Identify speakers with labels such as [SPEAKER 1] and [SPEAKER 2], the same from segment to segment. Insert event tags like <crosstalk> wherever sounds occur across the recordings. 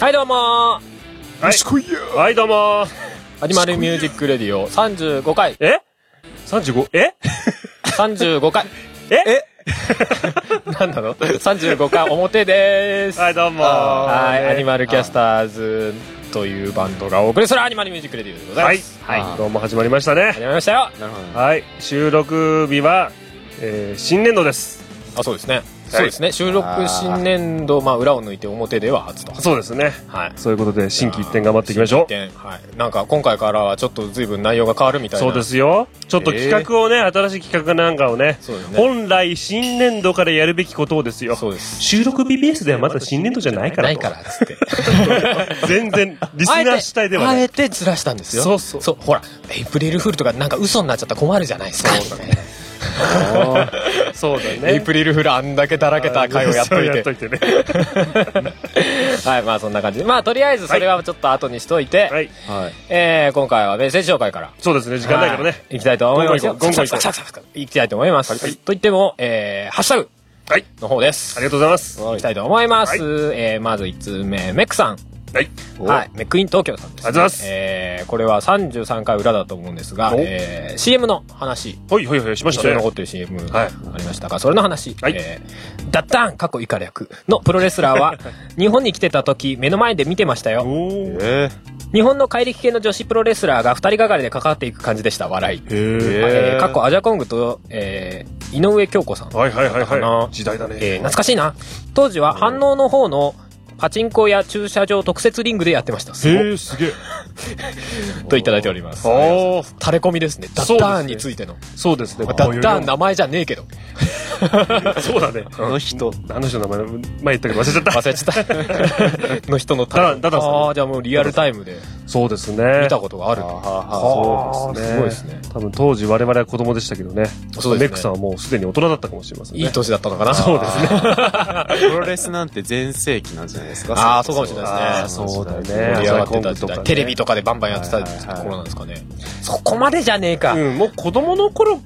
[SPEAKER 1] はいどうも
[SPEAKER 2] はい、はい、どうもー
[SPEAKER 1] アニマルミュージックレディオ35回
[SPEAKER 2] え ?35? え
[SPEAKER 1] 35回 <laughs>
[SPEAKER 2] え
[SPEAKER 1] なんなの ?35 回表でーす
[SPEAKER 2] はい、どうもー
[SPEAKER 1] はいアニマルキャスターズというバンドがお送りするアニマルミュージックレディオでござ
[SPEAKER 2] はいい
[SPEAKER 1] ます、
[SPEAKER 2] はい、どうも始まりましたね
[SPEAKER 1] 始。まりましたよ
[SPEAKER 3] なるほどね
[SPEAKER 2] はい、収録日は、えー、新年度です。
[SPEAKER 1] あそうですね、そうですね収録新年度、まあ、裏を抜いて表では初と
[SPEAKER 2] そうですね。
[SPEAKER 1] はい
[SPEAKER 2] そういうことで、心機一転頑張っていきましょう。
[SPEAKER 1] 新規一転はい、なんか今回からはちょっと随分内容が変わるみたいな
[SPEAKER 2] そうですよ。ちょっと企画をね、新しい企画なんかをね
[SPEAKER 1] そうですね
[SPEAKER 2] 本来新年度からやるべきことをですよ。
[SPEAKER 1] そうです
[SPEAKER 2] 収録 BBS ではまだ新年度じゃないから
[SPEAKER 1] <laughs> ない
[SPEAKER 2] と。
[SPEAKER 1] からっつって
[SPEAKER 2] <laughs> 全然、リスナー主体では
[SPEAKER 1] あ
[SPEAKER 2] ない。
[SPEAKER 1] えてずらしたんですよ
[SPEAKER 2] そうそう
[SPEAKER 1] ほらエイプリルフールとかなんか嘘になっちゃったら困るじゃないですか
[SPEAKER 2] <laughs> そうだ
[SPEAKER 1] エイ
[SPEAKER 2] ね。
[SPEAKER 1] プリルフールあんだけだらけた会をやっとい
[SPEAKER 2] そう
[SPEAKER 1] て
[SPEAKER 2] ね。
[SPEAKER 1] はいまあそんな感じでまあとりあえずそれはちょっと後にしといて、
[SPEAKER 2] はい。
[SPEAKER 3] はい
[SPEAKER 1] えー今回はメッセージ紹介から
[SPEAKER 2] そうですね、時間ないからね。
[SPEAKER 1] はい行きたいと思いますよ
[SPEAKER 2] ゴンゴン行こうゴンゴン行こう
[SPEAKER 1] サクサクサクサクサク行きたいと思います、といっても、えーハッシュタグ
[SPEAKER 2] はい。
[SPEAKER 1] の方です
[SPEAKER 2] ありがとうございます。
[SPEAKER 1] 行きたいと思います、えーまず1通目メックさん
[SPEAKER 2] はい。
[SPEAKER 3] お
[SPEAKER 1] はい、メックイン東京さんです、ね。
[SPEAKER 2] ありがとうございます
[SPEAKER 1] えーこれは33回裏だと思うんですが、
[SPEAKER 2] お
[SPEAKER 1] えー CM の話。
[SPEAKER 2] ほいほいほい、しまし
[SPEAKER 1] 一緒
[SPEAKER 2] た
[SPEAKER 1] に残
[SPEAKER 2] ね
[SPEAKER 1] っ。てる CM
[SPEAKER 2] はい
[SPEAKER 1] ありましたが、それの話。
[SPEAKER 2] はい
[SPEAKER 1] えーダッタン、過去以下略のプロレスラー
[SPEAKER 2] <laughs>
[SPEAKER 1] は、日本に来てた時、目の前で見てましたよ。
[SPEAKER 2] おー。
[SPEAKER 3] え
[SPEAKER 1] 日本の怪力系の女子プロレスラーが二人がかりで関わっていく感じでした、笑い。
[SPEAKER 3] え
[SPEAKER 1] えー過去アジャコングと、えー井上京子さん。
[SPEAKER 2] はいはいはい
[SPEAKER 1] か
[SPEAKER 2] は。
[SPEAKER 1] ない
[SPEAKER 2] 時代だね。
[SPEAKER 1] えー懐かしいな。当時は反応の方の、パチンコや駐車場特設リングでやってました。
[SPEAKER 2] へー、すげえ。
[SPEAKER 1] といただいております。
[SPEAKER 2] おー。
[SPEAKER 1] 垂れ込みですね。ダ
[SPEAKER 2] そう
[SPEAKER 1] ッ
[SPEAKER 2] です
[SPEAKER 1] タ
[SPEAKER 2] ね
[SPEAKER 1] ーンについての。
[SPEAKER 2] そうですね。
[SPEAKER 1] ダッターン
[SPEAKER 2] だ。
[SPEAKER 1] 名前じゃねえけど。
[SPEAKER 2] そうだね。
[SPEAKER 3] あの人
[SPEAKER 2] あの人の名前、前言ったけど忘れちゃった。
[SPEAKER 1] 忘れ
[SPEAKER 2] <laughs>
[SPEAKER 1] ちゃった。の人の
[SPEAKER 2] ダダンダダンさん
[SPEAKER 1] ああ、じゃあもうリアルタイムで
[SPEAKER 2] そうですね。
[SPEAKER 1] 見たことがある。
[SPEAKER 3] は
[SPEAKER 2] そうですね。
[SPEAKER 1] すごいですね。
[SPEAKER 2] 多分当時我々は子供でしたけどね。
[SPEAKER 1] そうですね
[SPEAKER 2] メックさんはもうすでに大人だったかもしれませんね。
[SPEAKER 1] いい年だったのかな。
[SPEAKER 2] そうですね。
[SPEAKER 3] プロレスなんて全盛期なんじゃないですか
[SPEAKER 1] あーそうかもしれないです
[SPEAKER 2] ね
[SPEAKER 3] の時代
[SPEAKER 2] そうだよね
[SPEAKER 1] 盛り上がってた
[SPEAKER 2] アジャコングと
[SPEAKER 1] 時
[SPEAKER 2] かね
[SPEAKER 1] 代。テレビとかでバンバンやってた頃なんですかね。そこまでじゃねえか。
[SPEAKER 2] うん、もう子供の頃、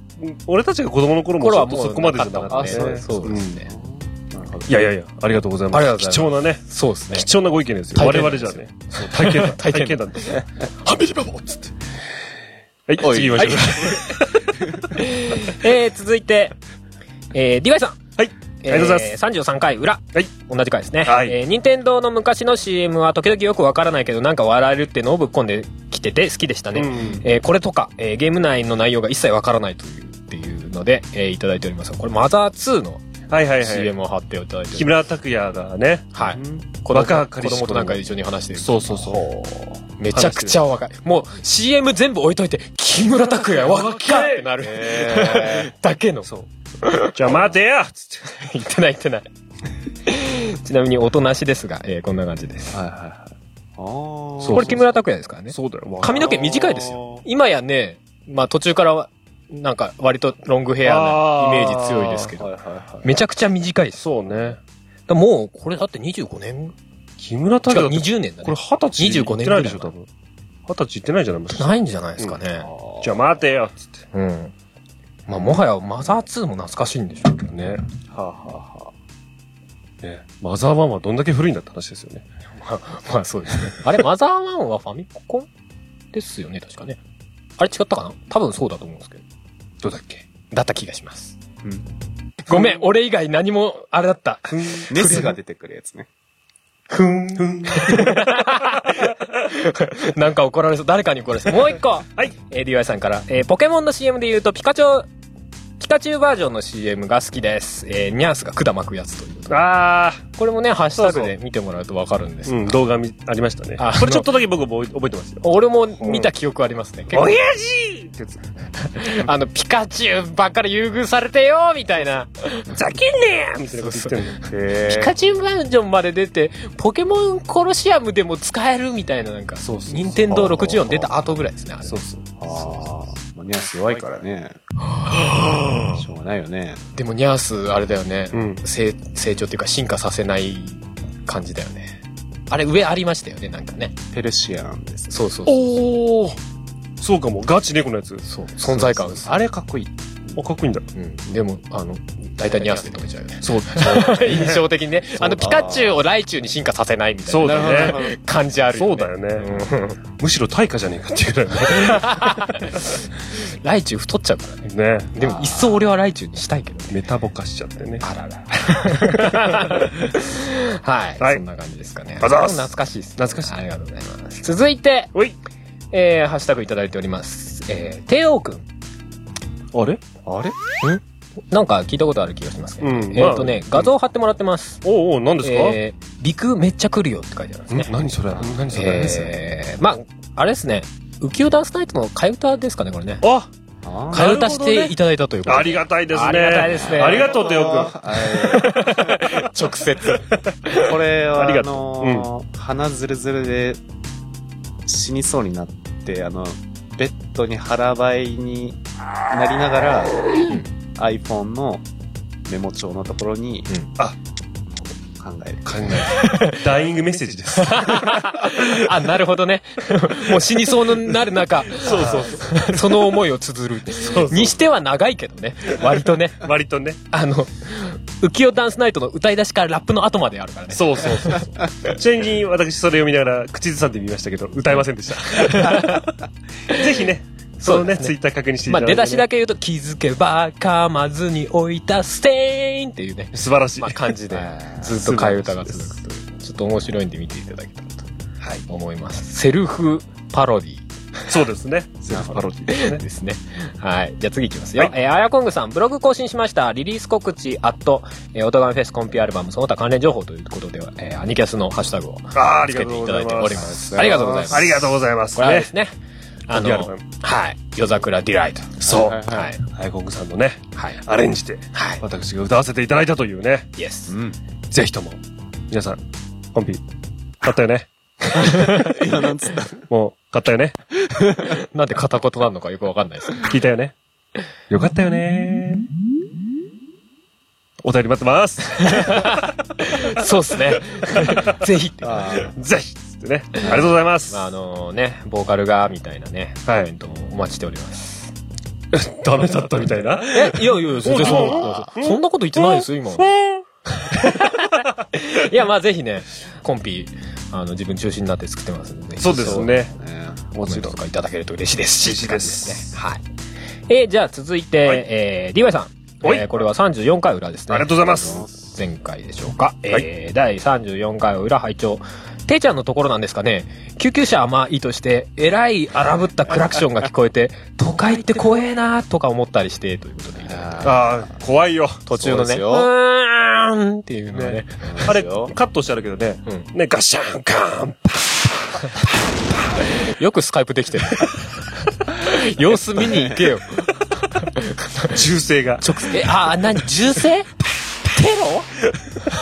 [SPEAKER 2] 俺たちが子供の頃も
[SPEAKER 1] 頃
[SPEAKER 2] ちょ
[SPEAKER 1] は
[SPEAKER 2] っと
[SPEAKER 1] もう
[SPEAKER 2] そこまでじゃなかった
[SPEAKER 1] ね。そう
[SPEAKER 2] ね。
[SPEAKER 1] そうですね。
[SPEAKER 3] なるほど
[SPEAKER 2] いやいやいや、ありがとうございます。
[SPEAKER 1] ありがとうございます
[SPEAKER 2] 貴重なね、
[SPEAKER 1] そうですね。
[SPEAKER 2] 貴重なご意見ですよ。
[SPEAKER 1] 体
[SPEAKER 2] 我
[SPEAKER 1] 験談
[SPEAKER 2] 々じゃね。そう体験談。
[SPEAKER 1] 体験談
[SPEAKER 2] <laughs> 体験談ですね。
[SPEAKER 1] ハンビリバボーっつって。
[SPEAKER 2] <laughs> はい、次行きましょう。
[SPEAKER 1] えー、続いて、えー、DY さん。
[SPEAKER 2] はい、ありがとうございます。
[SPEAKER 1] えー33回裏。
[SPEAKER 2] はい。
[SPEAKER 1] 同じ回ですね。
[SPEAKER 2] はい
[SPEAKER 1] えー、任天堂の昔の CM は時々よくわからないけど、なんか笑えるってのをぶっ込んできてて好きでしたね。
[SPEAKER 2] うん
[SPEAKER 1] えーこれとか、えーゲーム内の内容が一切わからないという、っていうので、えーいただいております。これ、マザー2の
[SPEAKER 2] はいはいはい。
[SPEAKER 1] CM を貼っていただいてお
[SPEAKER 2] 木
[SPEAKER 1] りま
[SPEAKER 2] 村拓哉がね、
[SPEAKER 1] す。はい。子供
[SPEAKER 2] 若
[SPEAKER 1] 子
[SPEAKER 2] かりし頃
[SPEAKER 1] 供となんか一緒に話してる。
[SPEAKER 2] そうそうそう
[SPEAKER 1] う。めちゃくちゃ若い。もう CM 全部置いといて、木村拓哉若っってなる。だけの。そう。
[SPEAKER 2] じゃあ待てやつって。
[SPEAKER 1] 言ってない言ってない。 <laughs> ちなみに音なしですが、えーこんな感じです。
[SPEAKER 3] はいはいはいあー
[SPEAKER 2] そう
[SPEAKER 1] これ木村拓哉ですからね。
[SPEAKER 2] そうだよ、
[SPEAKER 1] 髪の毛短いですよ。今やね、まあ途中からは、なんか割とロングヘアなイメージ強いですけど、
[SPEAKER 3] はいはいはい
[SPEAKER 1] めちゃくちゃ短いです。
[SPEAKER 2] そうね。
[SPEAKER 1] だからもう、これだって25年
[SPEAKER 2] 木村
[SPEAKER 1] 違
[SPEAKER 2] 拓
[SPEAKER 1] う、
[SPEAKER 2] 哉だって
[SPEAKER 1] 20年だ
[SPEAKER 2] こ
[SPEAKER 1] ね
[SPEAKER 2] れ。二十歳行
[SPEAKER 1] 25
[SPEAKER 2] っ
[SPEAKER 1] 年
[SPEAKER 2] てないでしょ、多分。二十歳行ってないんじゃないもしかして
[SPEAKER 1] ないんじゃないですかね。
[SPEAKER 2] じゃあ待てよつって。
[SPEAKER 1] うん。まあもはやマザー2も懐かしいんでしょうけどね。 <laughs>
[SPEAKER 2] ね。
[SPEAKER 3] はあは
[SPEAKER 2] ね。マザー1はどんだけ古いんだって話ですよね。
[SPEAKER 1] まあ、まあそうですね。あれ、マザー1はファミコンですよね、確かね。あれ違ったかな多分そうだと思うんですけど。
[SPEAKER 2] どうだっけ
[SPEAKER 1] だった気がします。
[SPEAKER 3] うん
[SPEAKER 1] ごめん、俺以外何も、あれだった。
[SPEAKER 3] あネスが出てくるやつね
[SPEAKER 2] ふん。ふん。。
[SPEAKER 1] <laughs> なんか怒られそう。誰かに怒られそう。もう一個。はいえー、DY さんから。えーポケモンの CM で言うと、ピカチュウ、ピカチュウバージョンの CM が好きです。えーニャースが管巻くやつという。
[SPEAKER 2] あ
[SPEAKER 1] これもね、ハッシュタグで見てもらうとわかるんです
[SPEAKER 2] うん、動画みありましたね
[SPEAKER 1] あ。
[SPEAKER 2] これちょっとだけ僕も覚えてますよ。
[SPEAKER 1] 俺も見た記憶ありますね。結構
[SPEAKER 2] 親父ってやつ。
[SPEAKER 1] あの、ピカチュウばっかり優遇されてよみたいな。
[SPEAKER 2] ふざけんねやみたいなこと言ってるの。
[SPEAKER 3] へ
[SPEAKER 1] ピ
[SPEAKER 3] え
[SPEAKER 1] カチュウバージョンまで出て、ポケモンコロシアムでも使えるみたいな、なんか、
[SPEAKER 2] そうそうそう
[SPEAKER 1] 任天堂64出た後ぐらいですね、あれ。
[SPEAKER 2] そうそう。
[SPEAKER 3] ああ、ニャス弱いからね。しょうがないよね。
[SPEAKER 1] でもニャース、あれだよね、
[SPEAKER 2] うん
[SPEAKER 1] 成、成長っていうか進化させない感じだよね。あれ、上ありましたよね、なんかね。
[SPEAKER 3] ペルシアンです。
[SPEAKER 1] そうそうそう。
[SPEAKER 2] おお。そうかも、ガチ猫のやつ。
[SPEAKER 1] そう存在感薄い
[SPEAKER 3] あれかっこいい。
[SPEAKER 2] あ、かっこいいんだ。
[SPEAKER 1] うん。でも、あの、大体ニャースで止めちゃうよ <laughs> ね。
[SPEAKER 2] そう。
[SPEAKER 1] 印象的にね。あの、ピ
[SPEAKER 3] そうだな
[SPEAKER 1] カチュウをライチュウに進化させないみたいな。
[SPEAKER 2] そうだね。
[SPEAKER 3] ね。
[SPEAKER 1] 感じあるよ、ね。
[SPEAKER 2] そうだよね。むしろ対価じゃねえかっていうぐら
[SPEAKER 1] ライチュウ太っちゃうからね。
[SPEAKER 2] いね。ね。 <laughs>
[SPEAKER 1] でも、いっそ俺はライチュウにしたいけどね。
[SPEAKER 2] メタボ化しちゃってね。
[SPEAKER 1] あらら。 <laughs> はい、
[SPEAKER 2] はい
[SPEAKER 1] そんな感じですかね。
[SPEAKER 2] あざーす
[SPEAKER 1] 懐かしいです、
[SPEAKER 2] 懐かしい
[SPEAKER 1] ありがとうございます。続いて、
[SPEAKER 2] おい
[SPEAKER 1] えー、ハッシュタグいただいております。えー、帝王くん。
[SPEAKER 2] あれ
[SPEAKER 3] あれ
[SPEAKER 1] なんか聞いたことある気がしますね。
[SPEAKER 2] うん
[SPEAKER 1] えっ、とね、画像貼ってもらってます。
[SPEAKER 2] おうおう、何ですか、
[SPEAKER 1] えー、ビクめっちゃ来るよって書いてあるんですね
[SPEAKER 2] ん。何それ何それ、何それ
[SPEAKER 1] えー、まあ、あれですね。浮世ダンスナイトの替え歌ですかね、これね。
[SPEAKER 2] あ
[SPEAKER 3] あ
[SPEAKER 1] 替え歌していただいたということ
[SPEAKER 2] あ
[SPEAKER 1] で。
[SPEAKER 2] りがたいですね。
[SPEAKER 1] ありがたいですね
[SPEAKER 2] ありがとう、テオくん。
[SPEAKER 1] 直接。
[SPEAKER 3] これは、
[SPEAKER 2] あり
[SPEAKER 3] あ
[SPEAKER 2] がとう
[SPEAKER 3] のー、鼻ずるずるで死にそうになって、あの、ベッドに腹ばいになりながら、iPhone のメモ帳のところに、
[SPEAKER 2] <laughs> あ
[SPEAKER 3] 考える。
[SPEAKER 2] 考えてダイイングメッセージです。
[SPEAKER 1] あ、なるほどね。 <laughs> もう死にそうになる中、 <laughs>
[SPEAKER 2] そうそうそ
[SPEAKER 1] その思いを綴る
[SPEAKER 2] うそう
[SPEAKER 1] にしては長いけどね。割とね。
[SPEAKER 2] う。割とね。
[SPEAKER 1] あの、浮世ダンスナイトの歌い出しからラップの後まであるからね。
[SPEAKER 2] そうそうそうそう。ちなみに私それを見ながら口ずさんでみましたけど、歌えません
[SPEAKER 1] <laughs>
[SPEAKER 2] でした。ぜひね、その
[SPEAKER 1] そ
[SPEAKER 2] ね、
[SPEAKER 1] うですね
[SPEAKER 2] ツイッター確認してい
[SPEAKER 1] まあ
[SPEAKER 2] ただい
[SPEAKER 1] 出
[SPEAKER 2] て、
[SPEAKER 1] だしだ
[SPEAKER 2] け。
[SPEAKER 1] け言うと、気づけば噛まずに置いたステインっていう <laughs> ね、
[SPEAKER 2] 素晴らしい。
[SPEAKER 1] まあ感じでずっと替え歌が続くという、ちょっと面白いんで見ていただけたらと思います。セルフパロディ
[SPEAKER 2] そうですね。セルフパロディですね。
[SPEAKER 1] です <laughs> ね。はい。じゃあ次いきますよ。
[SPEAKER 2] はい
[SPEAKER 1] えーあやこんぐさん、ブログ更新しました。リリース告知、アット、えー、オトガンフェスコンピアルバム、その他関連情報ということで、えーアニキャスのハッシュタグを
[SPEAKER 2] あーあり
[SPEAKER 1] つ
[SPEAKER 2] が
[SPEAKER 1] け
[SPEAKER 2] と
[SPEAKER 1] て
[SPEAKER 2] う
[SPEAKER 1] い
[SPEAKER 2] ご
[SPEAKER 1] た
[SPEAKER 2] ざ
[SPEAKER 1] だ
[SPEAKER 2] い
[SPEAKER 1] いて
[SPEAKER 2] ま
[SPEAKER 1] おり
[SPEAKER 2] す
[SPEAKER 1] ま。す。ありがとうございます。
[SPEAKER 2] ありがとうございます。
[SPEAKER 1] これはで
[SPEAKER 2] ね
[SPEAKER 1] す。ね、あ
[SPEAKER 2] コンピアル
[SPEAKER 1] の
[SPEAKER 2] バム、
[SPEAKER 1] はい。夜桜ディライト。
[SPEAKER 2] そう。
[SPEAKER 3] はい
[SPEAKER 1] はい。
[SPEAKER 2] アイコングさんのね、
[SPEAKER 1] はい。
[SPEAKER 2] アレンジで、
[SPEAKER 1] はい。
[SPEAKER 2] 私が歌わせていただいたというね、
[SPEAKER 1] イエス。
[SPEAKER 3] うん。
[SPEAKER 2] ぜひとも、皆さん、コンピ、買ったよね。
[SPEAKER 3] 今なんつった
[SPEAKER 2] もう、買ったよね。
[SPEAKER 1] なんで片言なのかよくわかんないです。
[SPEAKER 2] 聞いたよね。よかったよね。お便り待ってます。
[SPEAKER 1] そうですね。ぜひって。ま
[SPEAKER 3] あ
[SPEAKER 2] <laughs>
[SPEAKER 3] ー
[SPEAKER 2] ぜひつってね。ありがとうございます。
[SPEAKER 1] あ、あのね、ボーカルが、みたいなね、コ
[SPEAKER 2] はい
[SPEAKER 1] メントもお待ちしております。
[SPEAKER 2] ダメだったみたいな。
[SPEAKER 1] え、いやいやいや、全然そんな
[SPEAKER 2] うん
[SPEAKER 1] そんなこと言ってないですよ、今。
[SPEAKER 2] う
[SPEAKER 1] いや、まあぜひね、コンピ、あの、自分中心になって作ってますんで、
[SPEAKER 2] んそうです。ね。
[SPEAKER 3] ね
[SPEAKER 1] もちろんとかいただけると嬉しいですし、
[SPEAKER 2] 嬉しいです
[SPEAKER 1] って感じですね。はい。えーじゃあ続いて、
[SPEAKER 2] はい
[SPEAKER 1] えー、DY さん。
[SPEAKER 2] はい
[SPEAKER 1] えーこれは34回裏です
[SPEAKER 2] あ
[SPEAKER 1] ね。
[SPEAKER 2] りがとうございます。
[SPEAKER 1] 前回でしょうか。えー、第34回裏拝聴。ていちゃんのところなんですかね。救急車はまあいいとして、えらい荒ぶったクラクションが聞こえて、都会って怖えなとか思ったりして、ということでいただいて。
[SPEAKER 3] あ
[SPEAKER 2] ああ、怖いよ。
[SPEAKER 1] 途中の
[SPEAKER 3] そうで
[SPEAKER 1] ね、
[SPEAKER 3] す
[SPEAKER 1] う
[SPEAKER 3] よ
[SPEAKER 1] ーんっていうのがね。
[SPEAKER 2] あれ、カットしてあるけどね。
[SPEAKER 1] う
[SPEAKER 2] ね、ガシャン、カーン。
[SPEAKER 1] よくスカイプできてる。様子見に行けよ。
[SPEAKER 2] 銃声が。
[SPEAKER 1] 直接、え、あー、何銃声テ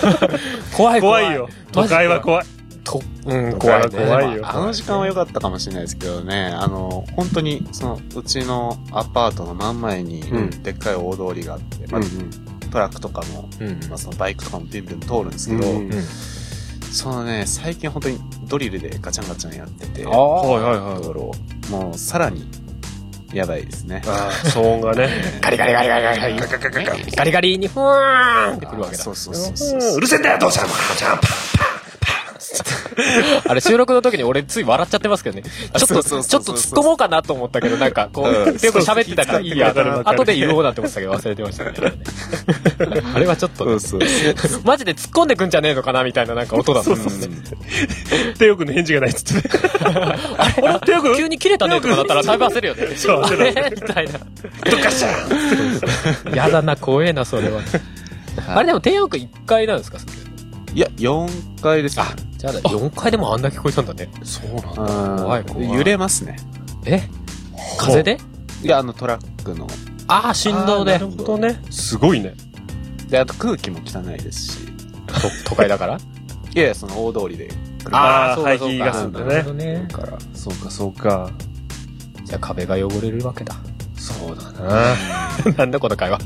[SPEAKER 1] ロ怖い怖い。
[SPEAKER 2] <laughs> 怖いよ。都会は怖い。
[SPEAKER 1] と、うん、
[SPEAKER 2] 都会
[SPEAKER 1] 怖、
[SPEAKER 2] はい
[SPEAKER 1] ね。
[SPEAKER 2] 怖いよ
[SPEAKER 1] ま
[SPEAKER 3] あの時間は良かったかもしれないですけどね、あの、本当に、その、うちのアパートの真ん前に
[SPEAKER 2] うん、
[SPEAKER 3] でっかい大通りがあって、まあトラックとかも、
[SPEAKER 1] うん。うん。
[SPEAKER 3] まあ、そのバイクとかもビュンビュン通るんですけど、
[SPEAKER 2] うん
[SPEAKER 1] うん
[SPEAKER 3] そのね、最近本当にドリルでガチャンガチャンやってて、
[SPEAKER 1] あ
[SPEAKER 3] 道
[SPEAKER 1] ー
[SPEAKER 2] はいはいはい。
[SPEAKER 3] 路をもうさらに、やばいですね。
[SPEAKER 2] ああ、騒音がね。
[SPEAKER 1] ガリガリガリガリガリガリ
[SPEAKER 2] ガガガガ。
[SPEAKER 1] ガリガリにふわーんってくるわけだ
[SPEAKER 3] そ。うそうそうそうう。
[SPEAKER 2] んうるせえんだよ、どうしたのガシャン、パン。
[SPEAKER 1] あれ収録の時に俺つい笑っちゃってますけどね。ちょっ
[SPEAKER 3] そ
[SPEAKER 1] と、
[SPEAKER 3] う
[SPEAKER 1] ち
[SPEAKER 3] そ
[SPEAKER 1] ょ
[SPEAKER 3] う
[SPEAKER 1] っと
[SPEAKER 3] そうそ
[SPEAKER 1] 突
[SPEAKER 3] う
[SPEAKER 1] っ込もうかなと思ったけど、なんかこう、
[SPEAKER 3] うん
[SPEAKER 1] 結構喋ってたからいいや
[SPEAKER 2] そうそうわかるわ。かる
[SPEAKER 1] 後で言おうなんて思ってたけど忘れてましたね。あれはちょっとね、
[SPEAKER 3] そうそうそう。
[SPEAKER 1] マジで突っ込んでくんじゃねえのかなみたいななんか音だったんですね。
[SPEAKER 2] テオ君の返事がないっつってね。
[SPEAKER 1] あれ
[SPEAKER 2] テオ君
[SPEAKER 1] 急に切れたねとかだったらだいぶ焦るよね。
[SPEAKER 2] そう
[SPEAKER 1] あ
[SPEAKER 2] 焦
[SPEAKER 1] れ
[SPEAKER 2] る
[SPEAKER 1] みたいな。
[SPEAKER 2] ドカシャン
[SPEAKER 1] やだな、怖えな、それは。あれでも、帝王君一回なんですかそれ
[SPEAKER 3] いや、4階ですね。
[SPEAKER 1] じゃあ、4回でもあんな聞こえたんだね。
[SPEAKER 2] そうなんだ。
[SPEAKER 3] あ
[SPEAKER 1] 怖い怖い
[SPEAKER 3] 揺れますね。
[SPEAKER 1] え風で
[SPEAKER 3] いや、あのトラックの。
[SPEAKER 1] ああ、振動
[SPEAKER 2] あーな
[SPEAKER 1] で
[SPEAKER 2] る。ほどね。すごいね。
[SPEAKER 3] で、あと空気も汚いですし。
[SPEAKER 1] と都会だ <laughs> から
[SPEAKER 3] いやいや、その大通りで。
[SPEAKER 2] ああ、
[SPEAKER 1] そうだ
[SPEAKER 2] 排気ガス
[SPEAKER 3] そ
[SPEAKER 2] だ
[SPEAKER 3] う
[SPEAKER 1] なる
[SPEAKER 2] ね
[SPEAKER 1] ほ。どね。
[SPEAKER 3] から。
[SPEAKER 2] そうか、そうか。
[SPEAKER 1] じゃあ壁が汚れるわけだ。
[SPEAKER 2] そう
[SPEAKER 1] <laughs>
[SPEAKER 2] だな。
[SPEAKER 1] なんだこの会話。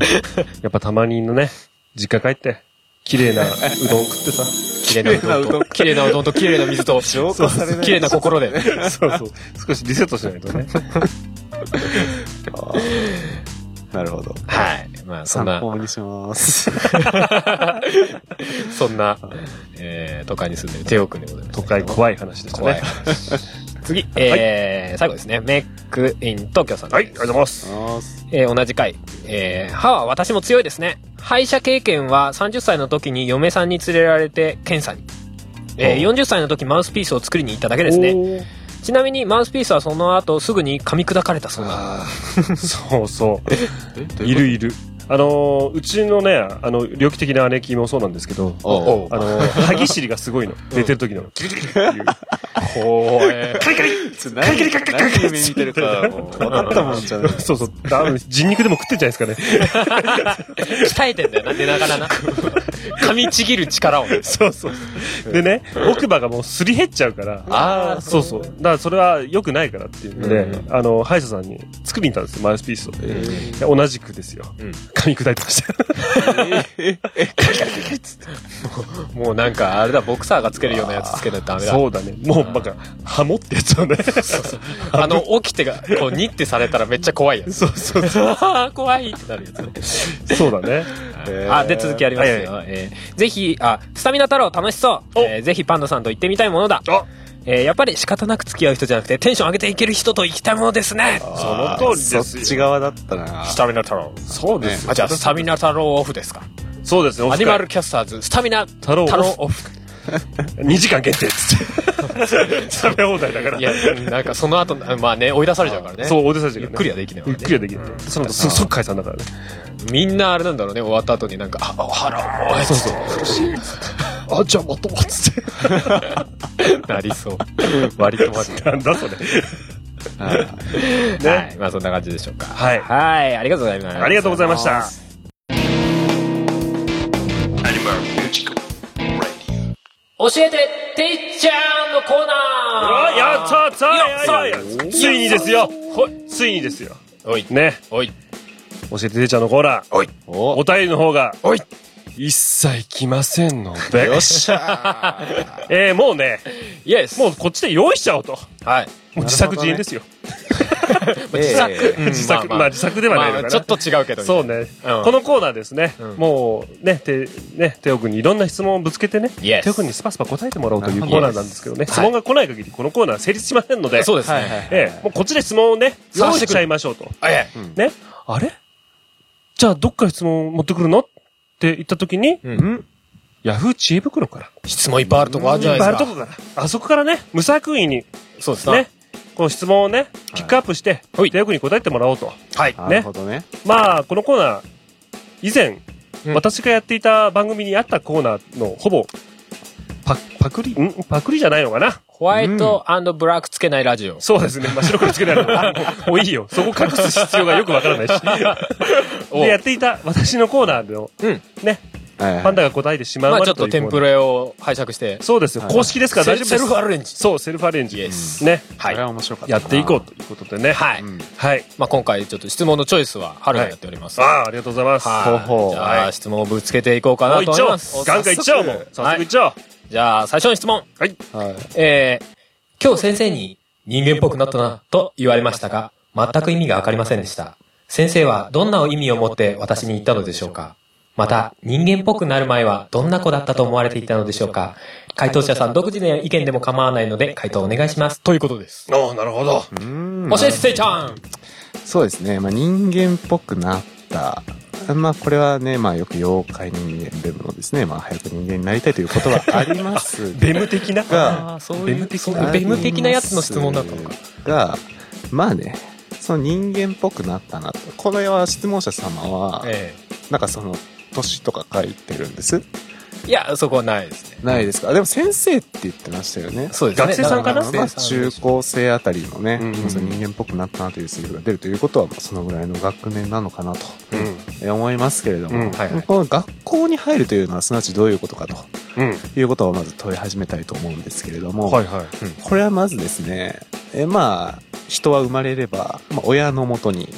[SPEAKER 2] やっぱたまにのね、実家帰って、綺麗なうどん食ってさ。
[SPEAKER 1] 綺麗なうどん <laughs> と、綺麗なうどんと綺麗な水と、
[SPEAKER 3] 浄化されな
[SPEAKER 1] <laughs>
[SPEAKER 3] い
[SPEAKER 1] 綺麗な心で。
[SPEAKER 2] <laughs> そうそう。少しリセットしないとね。
[SPEAKER 3] あーなるほど。
[SPEAKER 1] はい。まあ、そん
[SPEAKER 3] 参
[SPEAKER 1] な、
[SPEAKER 3] 考にします。
[SPEAKER 1] そんな、えー、都会に住んでるテオ君でございます。
[SPEAKER 2] 都会怖い話でした
[SPEAKER 1] 怖い
[SPEAKER 2] ね。
[SPEAKER 1] 話。 <laughs> 次、えー最後ですね。メックイン東京さんです。
[SPEAKER 2] はい、ありがとうございます。
[SPEAKER 3] あー
[SPEAKER 1] えー同じ回、えー歯は私も強いですね。歯医者経験は30歳の時に嫁さんに連れられて検査に。えー
[SPEAKER 2] お
[SPEAKER 1] 40歳の時マウスピースを作りに行っただけですね。
[SPEAKER 2] ね。
[SPEAKER 1] ちなみにマウスピースはその後すぐに噛み砕かれたそうな。
[SPEAKER 3] あ
[SPEAKER 2] <laughs> そうそう。
[SPEAKER 3] ー。えどう
[SPEAKER 2] いう
[SPEAKER 3] こ
[SPEAKER 2] るいる。あのーうちのね、あの、猟奇的な姉貴もそうなんですけど、
[SPEAKER 3] とおう
[SPEAKER 2] あのー
[SPEAKER 1] <laughs>
[SPEAKER 2] 歯ぎしりがすごいの。寝てる時の。キリキリっていう。
[SPEAKER 1] 怖え。
[SPEAKER 2] カリカリ
[SPEAKER 3] ちょ何
[SPEAKER 2] カリカリカリカリ
[SPEAKER 3] 何夢見てるか、もう分かったもんじゃない。
[SPEAKER 2] そうそう。あの人肉でも食ってんじゃないです
[SPEAKER 1] <laughs>
[SPEAKER 2] かね。
[SPEAKER 1] 鍛えてんだよな、寝なが <laughs> らな。噛みちぎる力をね。
[SPEAKER 2] そうそう。でね、奥歯がもうすり減っちゃうから、
[SPEAKER 1] あー
[SPEAKER 2] そうそう。だからそれは良くないからっていうので、
[SPEAKER 1] う
[SPEAKER 2] あの、歯医者さんに作りに行ったんですよ、マウスピースを。
[SPEAKER 3] えー
[SPEAKER 2] で同じくですよ。
[SPEAKER 1] うん
[SPEAKER 2] 噛み砕いてました。
[SPEAKER 1] もうなんか、あれだ、ボクサーがつけるようなやつつけないとダメだ。
[SPEAKER 2] そうだね。もうなんか、ハモってやつをね。
[SPEAKER 1] あの、起きてが、こう、ニってされたらめっちゃ怖いやつ。
[SPEAKER 2] そうそうそ
[SPEAKER 1] あー <laughs> 怖いってなるやつね。
[SPEAKER 2] う。そうだね。
[SPEAKER 3] えー
[SPEAKER 1] あ、で、続きありますよ。えーぜひ、あ、スタミナ太郎楽しそう。
[SPEAKER 2] お
[SPEAKER 1] えーぜひパンダさんと行ってみたいものだ。
[SPEAKER 2] あ
[SPEAKER 1] えーやっぱり仕方なく付き合う人じゃなくて、テンション上げていける人と行きたいものですね。
[SPEAKER 3] あー
[SPEAKER 2] その通りですよ
[SPEAKER 3] そっち側だったな。
[SPEAKER 1] スタミナ太郎。
[SPEAKER 2] そう
[SPEAKER 3] です
[SPEAKER 1] あ、じゃあ、スタミナ太郎オフですか。
[SPEAKER 2] そうですね。
[SPEAKER 1] アニマルキャスターズ、スタミナ太
[SPEAKER 2] 太
[SPEAKER 1] 郎
[SPEAKER 2] 郎
[SPEAKER 1] オ <laughs> フ。
[SPEAKER 2] 2時間限定っつって。 <laughs> 食べ放題だから。
[SPEAKER 1] いや、なんかその後、まあね、追い出されちゃうからね。
[SPEAKER 2] そう、お出さじ
[SPEAKER 1] ゆ
[SPEAKER 2] が
[SPEAKER 1] っ
[SPEAKER 2] ね
[SPEAKER 1] くりはできないわ
[SPEAKER 2] ゆ
[SPEAKER 1] ね
[SPEAKER 2] っくりはできない。その後、す即解散だからね。
[SPEAKER 1] みんなあれなんだろうね、終わった後になんか、あ、おはら、おい、そうそう。
[SPEAKER 2] あ、じゃあまともっつって。
[SPEAKER 1] <laughs> なりそう。割とマジ <laughs> で。
[SPEAKER 2] なんだそれ。
[SPEAKER 1] はい。まあそんな感じでしょうか。
[SPEAKER 2] はい
[SPEAKER 1] はい。ありがとうございます。
[SPEAKER 2] ありがとうございました。
[SPEAKER 1] 教えて、ていちゃんのコーナ
[SPEAKER 2] あ、
[SPEAKER 1] ー
[SPEAKER 2] やったやっ
[SPEAKER 1] や
[SPEAKER 2] たやったついにですよついにですよ。
[SPEAKER 1] おい、
[SPEAKER 2] ね。
[SPEAKER 1] おい、
[SPEAKER 2] 教えててちゃんのコーナー。
[SPEAKER 1] おい、
[SPEAKER 2] お
[SPEAKER 3] お
[SPEAKER 2] 便りの方が。
[SPEAKER 1] おい
[SPEAKER 2] 一切来ませんので。
[SPEAKER 3] よっしゃー
[SPEAKER 2] <laughs> えー、もうね、
[SPEAKER 1] イエス
[SPEAKER 2] もうこっちで用意しちゃおうと。
[SPEAKER 1] はい。
[SPEAKER 2] もう自作自演ですよ。
[SPEAKER 1] 自作、
[SPEAKER 3] え
[SPEAKER 1] うん
[SPEAKER 2] 自作、まあ自作ではないのか
[SPEAKER 1] ま
[SPEAKER 2] な。
[SPEAKER 1] あちょっと違うけど。
[SPEAKER 2] そうね、
[SPEAKER 1] うん
[SPEAKER 2] このコーナーですね、
[SPEAKER 1] ん
[SPEAKER 2] もうね、て、ね、テオ君にいろんな質問をぶつけてね、
[SPEAKER 1] Yes
[SPEAKER 2] テオ君にスパスパ答えてもらおうという
[SPEAKER 3] な
[SPEAKER 2] コー
[SPEAKER 3] るほど
[SPEAKER 2] ナーなんですけどね、質問が来ない限りこのコーナーは成立しませんので、
[SPEAKER 1] そうです
[SPEAKER 3] はいはいは
[SPEAKER 1] ね。
[SPEAKER 3] い。
[SPEAKER 2] ええ、もうこっちで質問をね、
[SPEAKER 1] 用
[SPEAKER 2] 用
[SPEAKER 1] 意
[SPEAKER 2] 意
[SPEAKER 1] してく
[SPEAKER 2] し
[SPEAKER 1] る
[SPEAKER 2] ちゃいましょうと。
[SPEAKER 1] あいや
[SPEAKER 2] ね、あれじゃあどっから質問持ってくるのって言った時に、
[SPEAKER 1] うん
[SPEAKER 2] んヤフー知恵袋から。
[SPEAKER 1] 質問いっぱいあるとこあるじゃない
[SPEAKER 2] いっぱいある
[SPEAKER 1] で
[SPEAKER 2] と
[SPEAKER 1] す
[SPEAKER 2] こ
[SPEAKER 1] か。
[SPEAKER 2] から。あそこからね、無作為に、
[SPEAKER 1] そうです
[SPEAKER 2] ね。、この質問をね、ピックアップして、
[SPEAKER 1] はい
[SPEAKER 2] テオ君に答えてもらおうと。
[SPEAKER 1] はい。
[SPEAKER 3] なるほどね。
[SPEAKER 2] まあ、このコーナー、以前、
[SPEAKER 1] うん
[SPEAKER 2] 私がやっていた番組にあったコーナーのほぼ、パパクリ、んパクリじゃないのかな
[SPEAKER 1] ホワイトブラックつけないラジオ。
[SPEAKER 2] そうですね。真っ白黒つけないのかな <laughs> もういいよ。そこ隠す必要がよくわからないし。
[SPEAKER 1] おう
[SPEAKER 2] で、やっていた私のコーナーの、
[SPEAKER 1] うん
[SPEAKER 2] ね、
[SPEAKER 3] はいはい
[SPEAKER 2] パンダが答えてしまう
[SPEAKER 1] まあ
[SPEAKER 2] ま
[SPEAKER 1] ちょ
[SPEAKER 2] で
[SPEAKER 1] っと
[SPEAKER 2] とい
[SPEAKER 1] テ
[SPEAKER 2] うコ
[SPEAKER 1] ン
[SPEAKER 2] ーナー
[SPEAKER 1] プレを拝借して。
[SPEAKER 2] そうですよ。
[SPEAKER 3] はい
[SPEAKER 2] 公式ですから大丈夫です。
[SPEAKER 1] セルフアレンジ
[SPEAKER 2] そう、セルフアレンジ。
[SPEAKER 1] イエス
[SPEAKER 2] ね。
[SPEAKER 1] は
[SPEAKER 3] あれ
[SPEAKER 1] い。
[SPEAKER 3] は面白かった
[SPEAKER 2] や
[SPEAKER 3] な。
[SPEAKER 2] っていこうということでね。い。
[SPEAKER 1] はい。
[SPEAKER 3] うん。
[SPEAKER 2] はい。
[SPEAKER 1] まあ今回ちょっと質問のチョイスは春がやっております。
[SPEAKER 2] ああ、ありがとうございます。
[SPEAKER 1] は
[SPEAKER 3] ほう
[SPEAKER 1] い
[SPEAKER 3] ほう
[SPEAKER 1] じゃ
[SPEAKER 2] は
[SPEAKER 1] あ
[SPEAKER 2] い
[SPEAKER 1] 質問をぶつけていこうか
[SPEAKER 2] も
[SPEAKER 1] な
[SPEAKER 2] う
[SPEAKER 1] と
[SPEAKER 2] 一
[SPEAKER 1] 思い
[SPEAKER 2] 丁
[SPEAKER 1] ます。
[SPEAKER 2] ガンガンいっちゃおう、もう。早速いっちゃおう。
[SPEAKER 1] じゃあ最初の質問。
[SPEAKER 2] はい。
[SPEAKER 3] はい。
[SPEAKER 1] えー、今日先生に人間っぽくなったなと言われましたが、全く意味がわかりませんでした。先生はどんな意味を持って私に言ったのでしょうかまた、人間っぽくなる前はどんな子だったと思われていたのでしょうか回答者さん独自の意見でも構わないので、回答お願いします。ということです。
[SPEAKER 2] おーなるほど。
[SPEAKER 3] うーん
[SPEAKER 1] 教えてせいちゃん
[SPEAKER 3] そうですね。まあ人間っぽくなった。まあこれはね、まあよく妖怪人間でもですね、まあ早く人間になりたいということはあります
[SPEAKER 2] ベム的な。
[SPEAKER 3] が、
[SPEAKER 1] あ、そう
[SPEAKER 2] いうベム的な
[SPEAKER 1] ベム的なやつの質問だったのか。
[SPEAKER 3] が、まあね、その人間っぽくなったなと。この世は質問者様は、
[SPEAKER 1] え
[SPEAKER 3] なんかその、年とか書いてるんです。
[SPEAKER 1] いや、そこはないですね。
[SPEAKER 3] ないですかでも先生って言ってましたよね。
[SPEAKER 1] そうですね。
[SPEAKER 2] 学生さんかな
[SPEAKER 1] だ
[SPEAKER 3] ま
[SPEAKER 1] ら
[SPEAKER 3] あ中高生あたりのね、
[SPEAKER 2] うんうんうん
[SPEAKER 3] その人間っぽくなったなというセリフが出るということは、まあそのぐらいの学年なのかなと
[SPEAKER 2] う
[SPEAKER 3] え思いますけれども、
[SPEAKER 2] うん
[SPEAKER 1] はいはい
[SPEAKER 3] この学校に入るというのは、すなわちどういうことかと
[SPEAKER 2] ん。
[SPEAKER 3] いうことをまず問い始めたいと思うんですけれども、
[SPEAKER 2] はいはい。
[SPEAKER 3] これはまずですね、えまあ、人は生まれれば、まあ、親のもとに、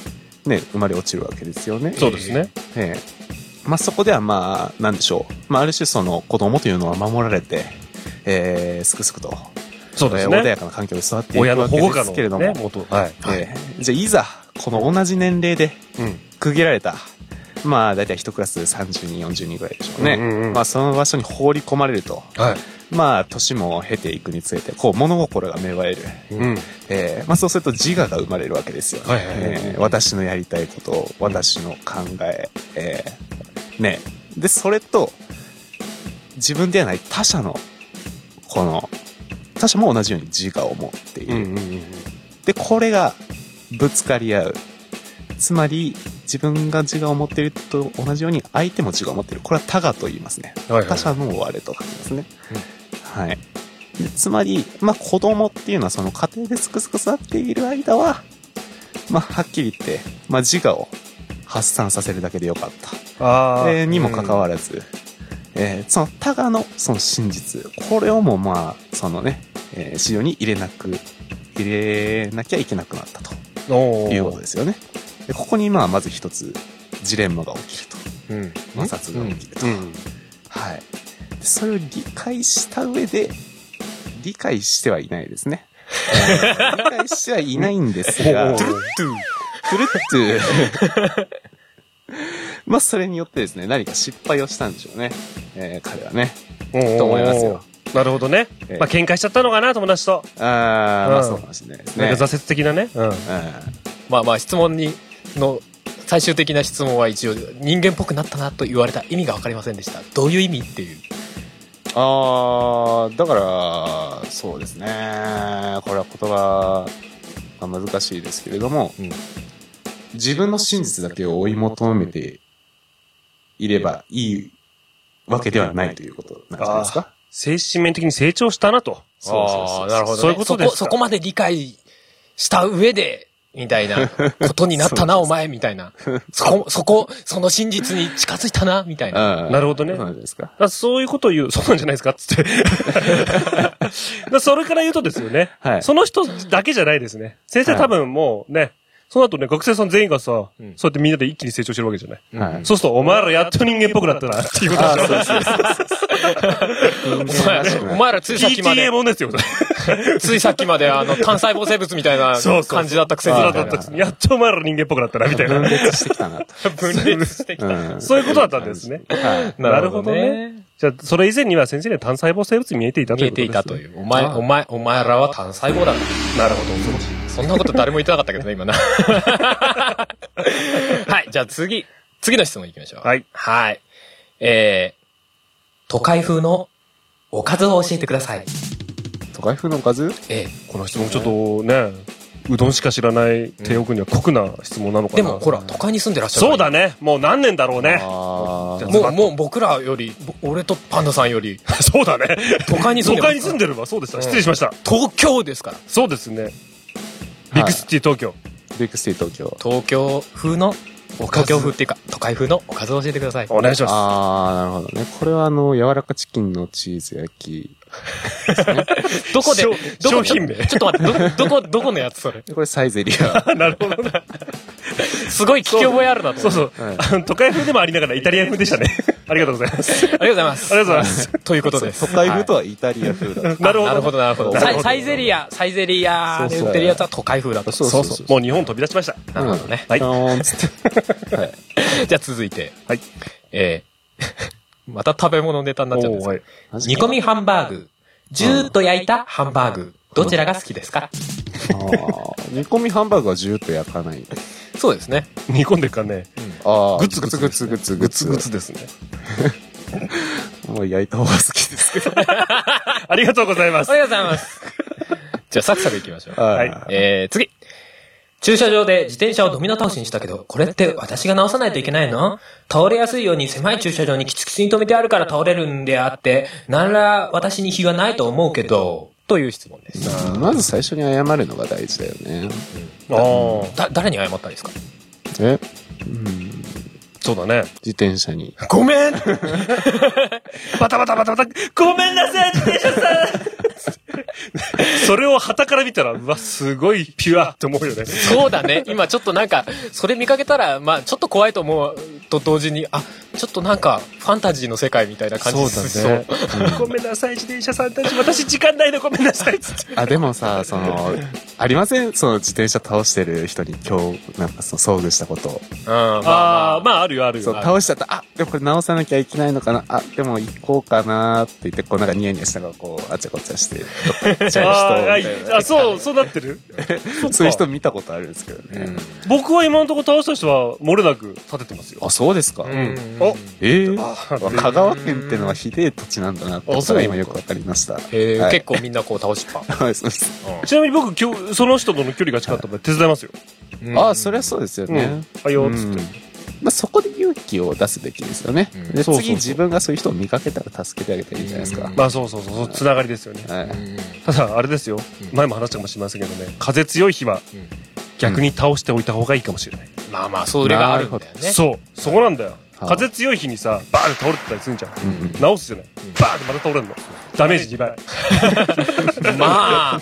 [SPEAKER 3] ね、生まれ落ちるわけですよね。
[SPEAKER 2] そうですね。
[SPEAKER 3] ええまあ、そこではまあ、なんでしょう。まあ、ある種その子供というのは守られて、えー、すくすくと、
[SPEAKER 2] そうです
[SPEAKER 3] えー穏
[SPEAKER 2] ね
[SPEAKER 3] や。かな環境で育っていく
[SPEAKER 2] 親の
[SPEAKER 3] わ
[SPEAKER 2] 保
[SPEAKER 3] け
[SPEAKER 2] 護下
[SPEAKER 3] です
[SPEAKER 2] の
[SPEAKER 3] けれども、
[SPEAKER 2] ね、元。はい。
[SPEAKER 3] ええじゃあいざ、この同じ年齢で
[SPEAKER 2] うん。
[SPEAKER 3] 区切られた、まあ、だいたい一クラス30人、40人ぐらいでしょうね。
[SPEAKER 2] うんうんうん
[SPEAKER 3] まあ、その場所に放り込まれると、
[SPEAKER 1] はい。
[SPEAKER 3] まあ、年も経ていくにつれて、こう、物心が芽生える。
[SPEAKER 2] うん。
[SPEAKER 3] えーまあ、そうすると自我が生まれるわけですよ、
[SPEAKER 1] はいはいはい
[SPEAKER 3] えー私のやりたいこと私の考ええーねでそれと自分ではない他者のこの他者も同じように自我を持っている、
[SPEAKER 2] うんうん。
[SPEAKER 3] でこれがぶつかり合うつまり自分が自我を持っていると同じように相手も自我を持っているこれは他我と言いますね
[SPEAKER 1] はい
[SPEAKER 3] 他者のあれと書きますね。はい。でつまり、まあ、子供っていうのはその家庭ですくすく育っている間は、まあ、はっきり言って、まあ、自我を発散させるだけでよかった。
[SPEAKER 2] ああ。
[SPEAKER 3] えーにもかかわらず、えーその他がのその真実、これをもまあ、そのね、えー資料に入れなく、入れなきゃいけなくなったと
[SPEAKER 1] らず。お
[SPEAKER 3] いうことですよね。でここにまあ、まず一つ、ジレンマが起きると。
[SPEAKER 1] うん。
[SPEAKER 3] 摩擦が起きると。
[SPEAKER 2] うん。
[SPEAKER 3] はい。でそれを理解した上で、理解してはいないですね。えー理解してはいないんです
[SPEAKER 2] <laughs>
[SPEAKER 3] が、
[SPEAKER 2] おー
[SPEAKER 3] トゥルットゥ、トゥルットゥ。 <laughs> まあ、それによってですね、何か失敗をしたんでしょうね。えー彼はね。と
[SPEAKER 2] と
[SPEAKER 3] 思いますよ。
[SPEAKER 2] なるほどね
[SPEAKER 3] ええ。
[SPEAKER 2] まあ、喧嘩しちゃったのかな、友達と。
[SPEAKER 3] あー、まあ、
[SPEAKER 2] うん
[SPEAKER 3] そうかもしれないです
[SPEAKER 2] な
[SPEAKER 3] ね
[SPEAKER 2] ん。か挫折的なね。うん。
[SPEAKER 1] まあまあ質問に、の、最終的な質問は一応、人間っぽくなったなと言われた意味がわかりませんでした。どういう意味っていう。
[SPEAKER 3] ああ、だから、そうですね。これは言葉が難しいですけれども、
[SPEAKER 1] うん
[SPEAKER 3] 自分の真実だけを追い求めていればいいわけではないということなんじゃないですか
[SPEAKER 2] 精神面的に成長したなと。
[SPEAKER 3] そうそうそう
[SPEAKER 1] あーなるほど、ね。
[SPEAKER 2] そういうことですか
[SPEAKER 1] そこ、そこまで理解した上で、みたいなことになったな、お前、みたい
[SPEAKER 2] <laughs>
[SPEAKER 1] な。そこ、そこ、その真実に近づいたな、みたいな。
[SPEAKER 3] な
[SPEAKER 2] なるほどね
[SPEAKER 3] そうなんですか。
[SPEAKER 2] だそういうことを言う、そう <laughs> なんじゃないですかっ
[SPEAKER 3] <laughs>
[SPEAKER 2] つって。だそれから言うとですよね。
[SPEAKER 3] はい
[SPEAKER 2] その人だけじゃないですね。先生
[SPEAKER 3] はい
[SPEAKER 2] 多分もうね、その後ね、学生さん全員がさ、
[SPEAKER 1] うん
[SPEAKER 2] そうやってみんなで一気に成長してるわけじゃない。
[SPEAKER 3] はい。
[SPEAKER 2] そうすると、お前らやっと人間っぽくなったな、っていうこと
[SPEAKER 3] あ
[SPEAKER 2] で
[SPEAKER 3] ーそうそうそうそう。
[SPEAKER 1] お前らお前らついさっ
[SPEAKER 2] し
[SPEAKER 1] き
[SPEAKER 2] ょ。
[SPEAKER 1] ま
[SPEAKER 2] PTA
[SPEAKER 1] で、
[SPEAKER 2] もんですよ、それ
[SPEAKER 1] ついさっきまであの、単細胞生物みたいな
[SPEAKER 2] そうそうそう
[SPEAKER 1] 感じだったくせに
[SPEAKER 3] あ
[SPEAKER 2] そ
[SPEAKER 3] ー
[SPEAKER 2] うだったくせにやっとお前ら人間っぽくなったな、みたい <laughs>
[SPEAKER 3] 分
[SPEAKER 2] な。
[SPEAKER 3] 裂してきたなと。
[SPEAKER 1] 分裂してきた。
[SPEAKER 3] うん
[SPEAKER 2] そういうことだったんですね。
[SPEAKER 3] はい。
[SPEAKER 2] なるほどね。じゃあ、それ以前には先生には単細胞生物に見えていた
[SPEAKER 1] 見
[SPEAKER 2] という
[SPEAKER 1] え
[SPEAKER 2] こと
[SPEAKER 1] て
[SPEAKER 2] で
[SPEAKER 1] い
[SPEAKER 2] す、ね。
[SPEAKER 1] たという。お前、お前、お前らは単細胞だ。
[SPEAKER 2] なるほど。
[SPEAKER 1] そんなこと誰も言ってなかったけどね、今
[SPEAKER 2] <laughs>
[SPEAKER 1] な。はい、じゃあ次、次の質問いきましょう。
[SPEAKER 2] はい。
[SPEAKER 1] はい。えー、都会風のおかずを教えてください。
[SPEAKER 3] 都会風のおかず
[SPEAKER 1] え
[SPEAKER 2] この質問ちょっとね、うどんしか知らない帝王君には酷な質問なのか
[SPEAKER 1] ー、
[SPEAKER 2] な。
[SPEAKER 1] でもほら、都会に住んでらっしゃる。
[SPEAKER 2] そうだ
[SPEAKER 1] ね。
[SPEAKER 2] ね。もう何年だろうね。
[SPEAKER 3] あー
[SPEAKER 1] もう、もう僕らより、ぼ俺とパンダさんよ
[SPEAKER 2] <laughs>
[SPEAKER 1] り、
[SPEAKER 2] そうだね。
[SPEAKER 1] 都会に住んで
[SPEAKER 2] 都
[SPEAKER 1] ま
[SPEAKER 2] 会に
[SPEAKER 1] す
[SPEAKER 2] 住んでるわ。そうでした。失礼しました。
[SPEAKER 1] 東京ですから。
[SPEAKER 2] そうですね。ビッグシティ東京。
[SPEAKER 3] ビッグスティ東京。
[SPEAKER 1] 東京風の、
[SPEAKER 3] かず
[SPEAKER 1] 東京風っていうか、都会風のおかずを教えてください。
[SPEAKER 2] お願いします。
[SPEAKER 3] ああ、なるほどね。これはあの、柔らかチキンのチーズ焼き。
[SPEAKER 1] どこで、
[SPEAKER 2] 商
[SPEAKER 1] どこ
[SPEAKER 2] 商品名
[SPEAKER 1] ちょちょっと待って、ど、どこ、どこのやつそれ。
[SPEAKER 3] これサイゼリ
[SPEAKER 2] <laughs>
[SPEAKER 3] ア。
[SPEAKER 2] なるほどね。
[SPEAKER 1] すごい聞き覚えあるなと思って。
[SPEAKER 2] そうそう
[SPEAKER 3] はい。
[SPEAKER 2] あの <laughs> 都会風でもありながらイタリア風でしたね。 <laughs> ありがとうございま
[SPEAKER 1] あ
[SPEAKER 2] す。
[SPEAKER 1] りがとうございます。
[SPEAKER 2] ありがとうございます。
[SPEAKER 1] ということです。
[SPEAKER 3] 都会風とはイタリア風だと。
[SPEAKER 2] なる
[SPEAKER 1] なるほ
[SPEAKER 2] ほど。
[SPEAKER 1] ど、なるほど。
[SPEAKER 3] なる
[SPEAKER 1] サ
[SPEAKER 3] ほ
[SPEAKER 1] イ
[SPEAKER 3] ど
[SPEAKER 1] サイゼリア、サイゼリアで売ってるやつは都会風だと。
[SPEAKER 3] そうそうそう
[SPEAKER 2] もう日本飛び出しました。
[SPEAKER 1] なるほどね。
[SPEAKER 2] はい
[SPEAKER 3] ピョーンつって。
[SPEAKER 1] じゃあ続いて。
[SPEAKER 2] はい。
[SPEAKER 1] えー <laughs> また食べ物ネタになっちゃうんです
[SPEAKER 2] おーは
[SPEAKER 1] け
[SPEAKER 2] い
[SPEAKER 1] ど。煮込みハンバーグ、ジューッと焼いたハンバーグ、どちらが好きですか
[SPEAKER 3] あー煮込みハンバーグはジューッと焼かない。
[SPEAKER 1] そうですね。
[SPEAKER 2] 煮込んでるかね。
[SPEAKER 3] ああ、
[SPEAKER 2] グツグツ
[SPEAKER 3] グツグツ
[SPEAKER 2] グ
[SPEAKER 3] グツ
[SPEAKER 2] ツ
[SPEAKER 3] グ
[SPEAKER 2] グ
[SPEAKER 3] ツ。
[SPEAKER 2] ツですね。 <laughs>
[SPEAKER 3] もう焼いた方が好きですけど。
[SPEAKER 2] ありがとうございます
[SPEAKER 1] あ。りがとうございます。じゃあサクサクいきましょう。
[SPEAKER 3] は
[SPEAKER 2] はいい。
[SPEAKER 1] えー、次。駐車場で自転車をドミノ倒しにしたけど、これって私が直さないといけないの倒れやすいように狭い駐車場にキツキツに止めてあるから倒れるんであって、なんら私に非はないと思うけど、という質問です。
[SPEAKER 3] まず最初に謝るのが大事だよね。
[SPEAKER 2] ああ、
[SPEAKER 1] だ、誰に謝ったんですか
[SPEAKER 3] え、うん、
[SPEAKER 2] そうだね。
[SPEAKER 3] 自転車に。
[SPEAKER 1] ごめん
[SPEAKER 2] <laughs> バタバタバタバタ、ごめんなさい、自転車さんそれを旗から見たら、うわ、すごいピュアって思うよね。
[SPEAKER 1] そうだね。今ちょっとなんか、それ見かけたら、まあちょっと怖いと思うと同時に、あ、ちょっとなんか、ファンタジーの世界みたいな感じです
[SPEAKER 3] そうだね。
[SPEAKER 2] ごめんなさい、自転車さんたち。私時間ないのごめんなさい、
[SPEAKER 3] <laughs>
[SPEAKER 2] つって。
[SPEAKER 3] あ、でもさ、その、ありませんその自転車倒してる人に今日、なんかその遭遇したこと。
[SPEAKER 1] うん、まあ、
[SPEAKER 2] ああ、
[SPEAKER 1] まあ、
[SPEAKER 2] まああるよ、ある
[SPEAKER 3] そう、
[SPEAKER 2] よ。
[SPEAKER 1] はい
[SPEAKER 3] 倒しちゃった。あ、でもこれ直さなきゃいけないのかな。あ、でも行こうかなって言って、こうなんかニヤニヤしたがこう、あちゃこちゃして、どっか行っちゃう人み
[SPEAKER 2] あ
[SPEAKER 3] た
[SPEAKER 2] あ
[SPEAKER 3] いな。
[SPEAKER 2] あ、そう、そうなってる
[SPEAKER 3] <laughs> そういう人見たことあるんですけどね。
[SPEAKER 2] 僕は今のところ倒した人は、漏れなく立ててますよ。
[SPEAKER 3] あ、そうですか。
[SPEAKER 1] うん
[SPEAKER 2] お
[SPEAKER 3] ええ
[SPEAKER 2] あ
[SPEAKER 3] 香川県ってのはひでえ土地なんだなってことが今よくわかりました。
[SPEAKER 1] えー
[SPEAKER 3] はい
[SPEAKER 1] 結構みんなこう倒しっぱ。
[SPEAKER 3] そうですそうです
[SPEAKER 2] ちなみに僕、今日、その人との距離が近かったので、手伝いますよ。
[SPEAKER 1] うん
[SPEAKER 3] あ、そりゃそうですよ
[SPEAKER 2] う
[SPEAKER 3] ね
[SPEAKER 2] ん。。あよ
[SPEAKER 3] う、ん
[SPEAKER 2] つって。
[SPEAKER 3] まあ、そこで勇気を出すべきですよね。
[SPEAKER 1] うん
[SPEAKER 3] で
[SPEAKER 2] そうそうそう
[SPEAKER 3] 次自分がそういう人を見かけたら助けてあげたらいいじゃないですか。
[SPEAKER 1] うん
[SPEAKER 2] まあ、そうそうそうそう、つながりですよね。
[SPEAKER 3] は
[SPEAKER 1] う
[SPEAKER 3] い、
[SPEAKER 1] ん
[SPEAKER 2] ただ、あれですよ。
[SPEAKER 1] うん
[SPEAKER 2] 前も話したかもしれませんけどね。風強い日は、
[SPEAKER 1] うん
[SPEAKER 2] 逆に倒しておいた方がいいかもしれない。
[SPEAKER 1] まあまあ、それがあるんだよね。
[SPEAKER 2] そう、そこなんだよ。
[SPEAKER 3] はい
[SPEAKER 2] 風強い日にさ、バーンって倒れてたりするんじゃん。
[SPEAKER 3] うんうん
[SPEAKER 2] 直すじゃない。バーンってまた倒れるの。ダメージ2倍。
[SPEAKER 1] まあ、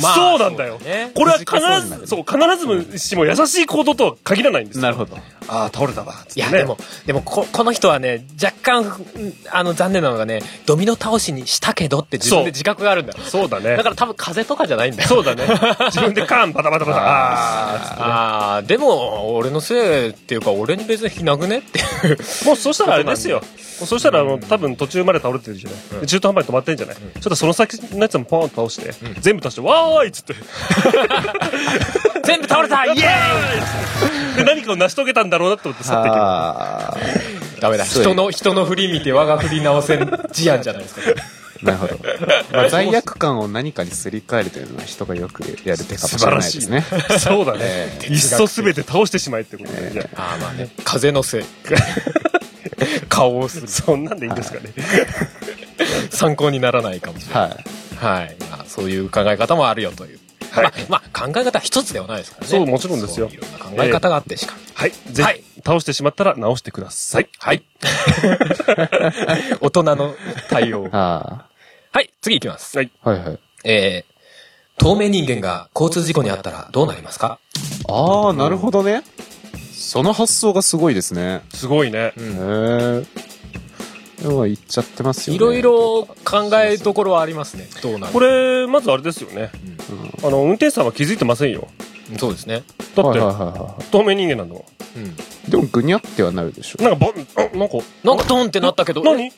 [SPEAKER 1] まあ。
[SPEAKER 2] そうなんだよ
[SPEAKER 1] そうね
[SPEAKER 2] これは
[SPEAKER 3] くじけそうにな
[SPEAKER 2] 必ず、
[SPEAKER 3] る
[SPEAKER 2] そう、必ずしも優しい行動とは限らないんですよ。
[SPEAKER 3] なるほど。
[SPEAKER 2] ああ、倒れたわ。
[SPEAKER 1] いや、でも、でもこ、この人はね、若干、うんあの、残念なのがね、ドミノ倒しにしたけどって自分で自覚があるんだよ。
[SPEAKER 2] そうだね
[SPEAKER 1] だ。から多分風とかじゃないんだよ。
[SPEAKER 2] そうだね。自分でカーン、バタバタバタ。ああ
[SPEAKER 1] <laughs> ああ、でも、俺のせいっていうか、俺に別にひなくねって
[SPEAKER 2] <laughs>
[SPEAKER 1] いう。
[SPEAKER 2] ー。もうそしたらあれですよ。もうそしたら、あの、多分途中まで倒れてるじゃない。で中途半端に止まってんじゃない。ちょっとその先のやつもポーンと倒して、全部倒して、わーいっつって。
[SPEAKER 1] 全部倒れたイエー
[SPEAKER 2] <laughs> で、何かを成し遂げたんだろうなと思って去っていけば
[SPEAKER 3] あ
[SPEAKER 1] イダメだ。
[SPEAKER 3] そう
[SPEAKER 1] 人の、人の振り見て我が振り直せん事案じゃないですか。
[SPEAKER 3] ーなるほど。まあ、罪悪感を何かにすり替えるというのは人がよくやる手かもしれないですね。
[SPEAKER 2] <laughs> そうだね。いっそすべて倒してしまえってことで、じゃ <laughs> あ。
[SPEAKER 1] ああ、まあね。風の
[SPEAKER 2] <laughs>
[SPEAKER 1] せい。顔をする。
[SPEAKER 2] そんなんでいいんですかね。
[SPEAKER 1] 参考にならないかもしれない。
[SPEAKER 3] はい。
[SPEAKER 1] はい、まあ、そういう考え方もあるよという、
[SPEAKER 2] はい
[SPEAKER 1] まあ、まあ考え方は一つではないですからね
[SPEAKER 2] そうもちろんですよ
[SPEAKER 1] そういろんな考え方があってしか、
[SPEAKER 2] はい。ぜ
[SPEAKER 1] はい
[SPEAKER 2] ひ、倒してしまったら直してください。
[SPEAKER 1] はい大人の対
[SPEAKER 2] <laughs>
[SPEAKER 1] 応
[SPEAKER 3] あ
[SPEAKER 1] はい次いきます
[SPEAKER 2] はい。
[SPEAKER 3] あ。はいはい。
[SPEAKER 1] えー、透明人間が交通事故に遭ったらどうなりますか
[SPEAKER 3] ああ、なるほどね。その発想がすごいですね。
[SPEAKER 2] すごいね。
[SPEAKER 3] へえ。でも言っちゃってますよね。
[SPEAKER 1] いろいろ考えどころはありますねどうなる
[SPEAKER 2] これ、まずあれですよね。あの、運転手さんは気づいてませんよ。
[SPEAKER 1] そうですね
[SPEAKER 2] だっ
[SPEAKER 3] はいはい
[SPEAKER 2] て、
[SPEAKER 3] はいは
[SPEAKER 2] 透明人間なんだもん。
[SPEAKER 1] うん
[SPEAKER 3] い。でもぐにゃってはなるでしょ。
[SPEAKER 2] なんか、ボン、あ、なんか、
[SPEAKER 1] なんかドンってなったけど
[SPEAKER 2] 何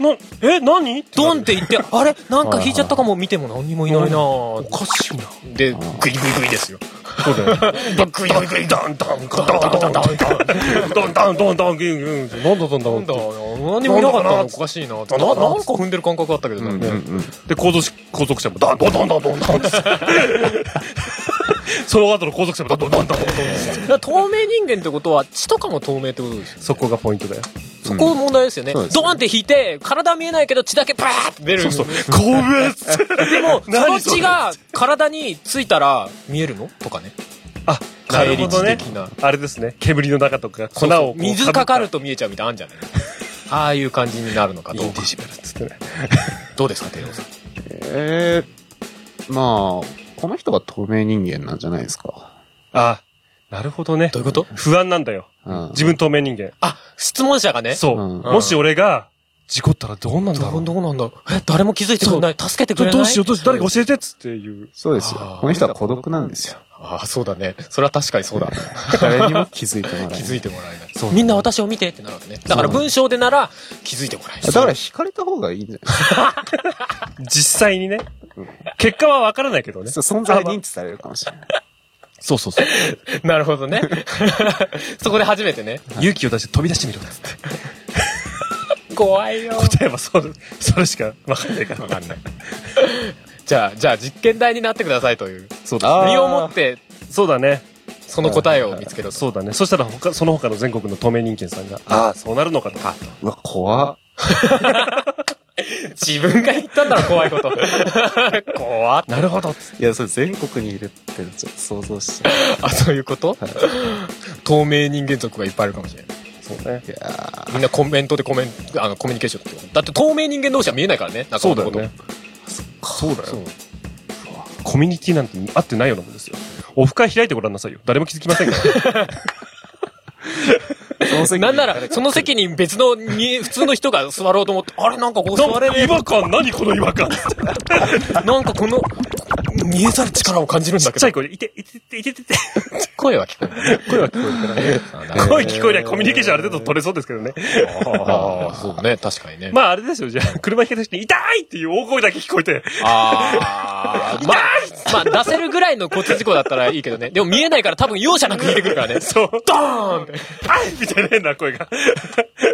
[SPEAKER 2] な、え、何
[SPEAKER 1] ドンって言って、あれなんか引いちゃったかも見ても何にもいないなおかしいな。で、グイグイグイですよ。
[SPEAKER 2] そうだよ。グイグイグイ、ダンダン、ダンダンダンダンダンダンダンダン、グイグイグイ、なんだなんだな
[SPEAKER 1] なん
[SPEAKER 2] ん
[SPEAKER 1] だ、
[SPEAKER 2] だ
[SPEAKER 1] 何にもいなかったのおかしいな。ななんか踏んでる感覚あったけど、
[SPEAKER 3] うんうんうん。
[SPEAKER 2] で、後続後続車も、ダンダンダンダンダンダンって。その後の後続車も、ダンダンダンダンダンって。
[SPEAKER 1] だから透明人間ってことは血とかも透明ってことですよね
[SPEAKER 2] そこがポイントだよ。
[SPEAKER 1] そこ問題ですよね、
[SPEAKER 3] そうです
[SPEAKER 1] ドーンって引いて体見えないけど血だけバーって出る
[SPEAKER 2] そうそう。怖えっつって。
[SPEAKER 1] で <laughs> もその
[SPEAKER 2] 何それ
[SPEAKER 1] 血が体についたら見えるのとかね
[SPEAKER 2] あ、な
[SPEAKER 1] 返
[SPEAKER 2] る
[SPEAKER 1] り
[SPEAKER 2] ほ
[SPEAKER 1] 血
[SPEAKER 2] どね
[SPEAKER 1] 的。な
[SPEAKER 2] あれですね。煙の中とか、粉をこう
[SPEAKER 1] 水かかる。と見えちゃうみたいなのあるんじゃない <laughs> ああいう感じになるのか
[SPEAKER 2] イ
[SPEAKER 1] どう
[SPEAKER 2] ンデ
[SPEAKER 1] か
[SPEAKER 2] ィシブルっつってね。
[SPEAKER 1] どうですか帝王さん
[SPEAKER 3] ええまあ、この人が透明人間なんじゃないですか。
[SPEAKER 2] あ、なるほどね
[SPEAKER 1] どう。いうこと
[SPEAKER 2] 不安なんだよ。
[SPEAKER 3] うん。
[SPEAKER 2] 自分透明人間。
[SPEAKER 1] あ質問者がね
[SPEAKER 2] そう。
[SPEAKER 3] うん
[SPEAKER 2] もし俺が、事故ったらどうなんだ
[SPEAKER 1] ど
[SPEAKER 2] ろ
[SPEAKER 1] う
[SPEAKER 2] う。
[SPEAKER 1] どうなんだろうえ誰も気づいてくれない助けてくれない
[SPEAKER 2] どうしよう、どうしよう、誰か教えてっつっていう。
[SPEAKER 3] そうです
[SPEAKER 1] あ
[SPEAKER 3] よ
[SPEAKER 1] ー。
[SPEAKER 3] この人は孤独なんですよ。
[SPEAKER 1] ああそうだねそれは確かにそうだ
[SPEAKER 3] 誰にも気づいてもらえない。
[SPEAKER 1] 気づいてもらえない
[SPEAKER 2] そう
[SPEAKER 1] みんな私を見てってなるわけねだから文章でなら気づいてもらえる
[SPEAKER 3] だから惹かれた方がいいんじゃない
[SPEAKER 2] 実際にね。結果はわからないけどね。
[SPEAKER 3] <laughs> ですか。そう存在認知されるかもしれない。
[SPEAKER 2] そうそうそう。
[SPEAKER 1] なるほどね。そこで初めてね。
[SPEAKER 2] 勇気を出して飛び出してみろっつって。
[SPEAKER 1] 怖いよ。
[SPEAKER 2] 答えはそう、それしかわかんないから。わかんない。
[SPEAKER 1] じゃあ、じゃあ実験台になってくださいという。
[SPEAKER 2] そうだ。
[SPEAKER 3] あー
[SPEAKER 1] 身をもって
[SPEAKER 2] そうだね。
[SPEAKER 1] その答えを見つけろと。
[SPEAKER 2] そうだね。そしたら他、その他の全国の透明人間さんが、ああ、そうなるのかと。
[SPEAKER 3] <laughs> うわ、怖っ。
[SPEAKER 1] 自分が言ったんだろ、怖いこと。怖っ。
[SPEAKER 2] なるほど。
[SPEAKER 3] いや、それ全国にいるってちょっと想像しちゃ
[SPEAKER 1] あ、そういうこと
[SPEAKER 3] はい
[SPEAKER 1] 透明人間族がいっぱいあるかもしれない。
[SPEAKER 2] そうね。
[SPEAKER 3] う。いや
[SPEAKER 1] みんなコメントでコメント、あの、コミュニケーション取ってるだって透明人間同士は見えないからね、仲
[SPEAKER 2] そう
[SPEAKER 1] 間
[SPEAKER 2] だ
[SPEAKER 1] の
[SPEAKER 2] よ
[SPEAKER 1] こと。
[SPEAKER 2] ね。そうだ
[SPEAKER 1] そう。
[SPEAKER 2] コミュニティなんて合ってないようなもんですよ。オフ会開いてごらんなさいよ。誰も気づきません <laughs> から。
[SPEAKER 3] ーその席
[SPEAKER 1] <laughs>
[SPEAKER 3] に
[SPEAKER 1] なんなら、その席に別の <laughs> に、普通の人が座ろうと思って、あれなんかここ座れね
[SPEAKER 2] 違和感何この違和感
[SPEAKER 1] え。なんかこの、見えざる力を感じるん
[SPEAKER 2] ち
[SPEAKER 1] だ
[SPEAKER 2] っ
[SPEAKER 1] け
[SPEAKER 2] ちゃ
[SPEAKER 1] ど
[SPEAKER 2] い。声で、いて、いて、いて、いて、いて。
[SPEAKER 1] 声は聞こえる。声は聞こえるからね。
[SPEAKER 2] 声聞こえりゃコミュニケーションある程度取れそうですけどね。
[SPEAKER 1] ああ、そうね、確かにね。
[SPEAKER 2] <laughs> まああれですよ、じゃあ、車引き出して、痛いっていう大声だけ聞こえて。
[SPEAKER 1] ああ、 <laughs> まあ、まあ、出せるぐらいの交通事故だったらいいけどね。でも見えないから多分容赦なく引いてくる <laughs> からね。
[SPEAKER 2] <laughs> そう。
[SPEAKER 1] ドーンって。
[SPEAKER 2] あいみたいな変な声が。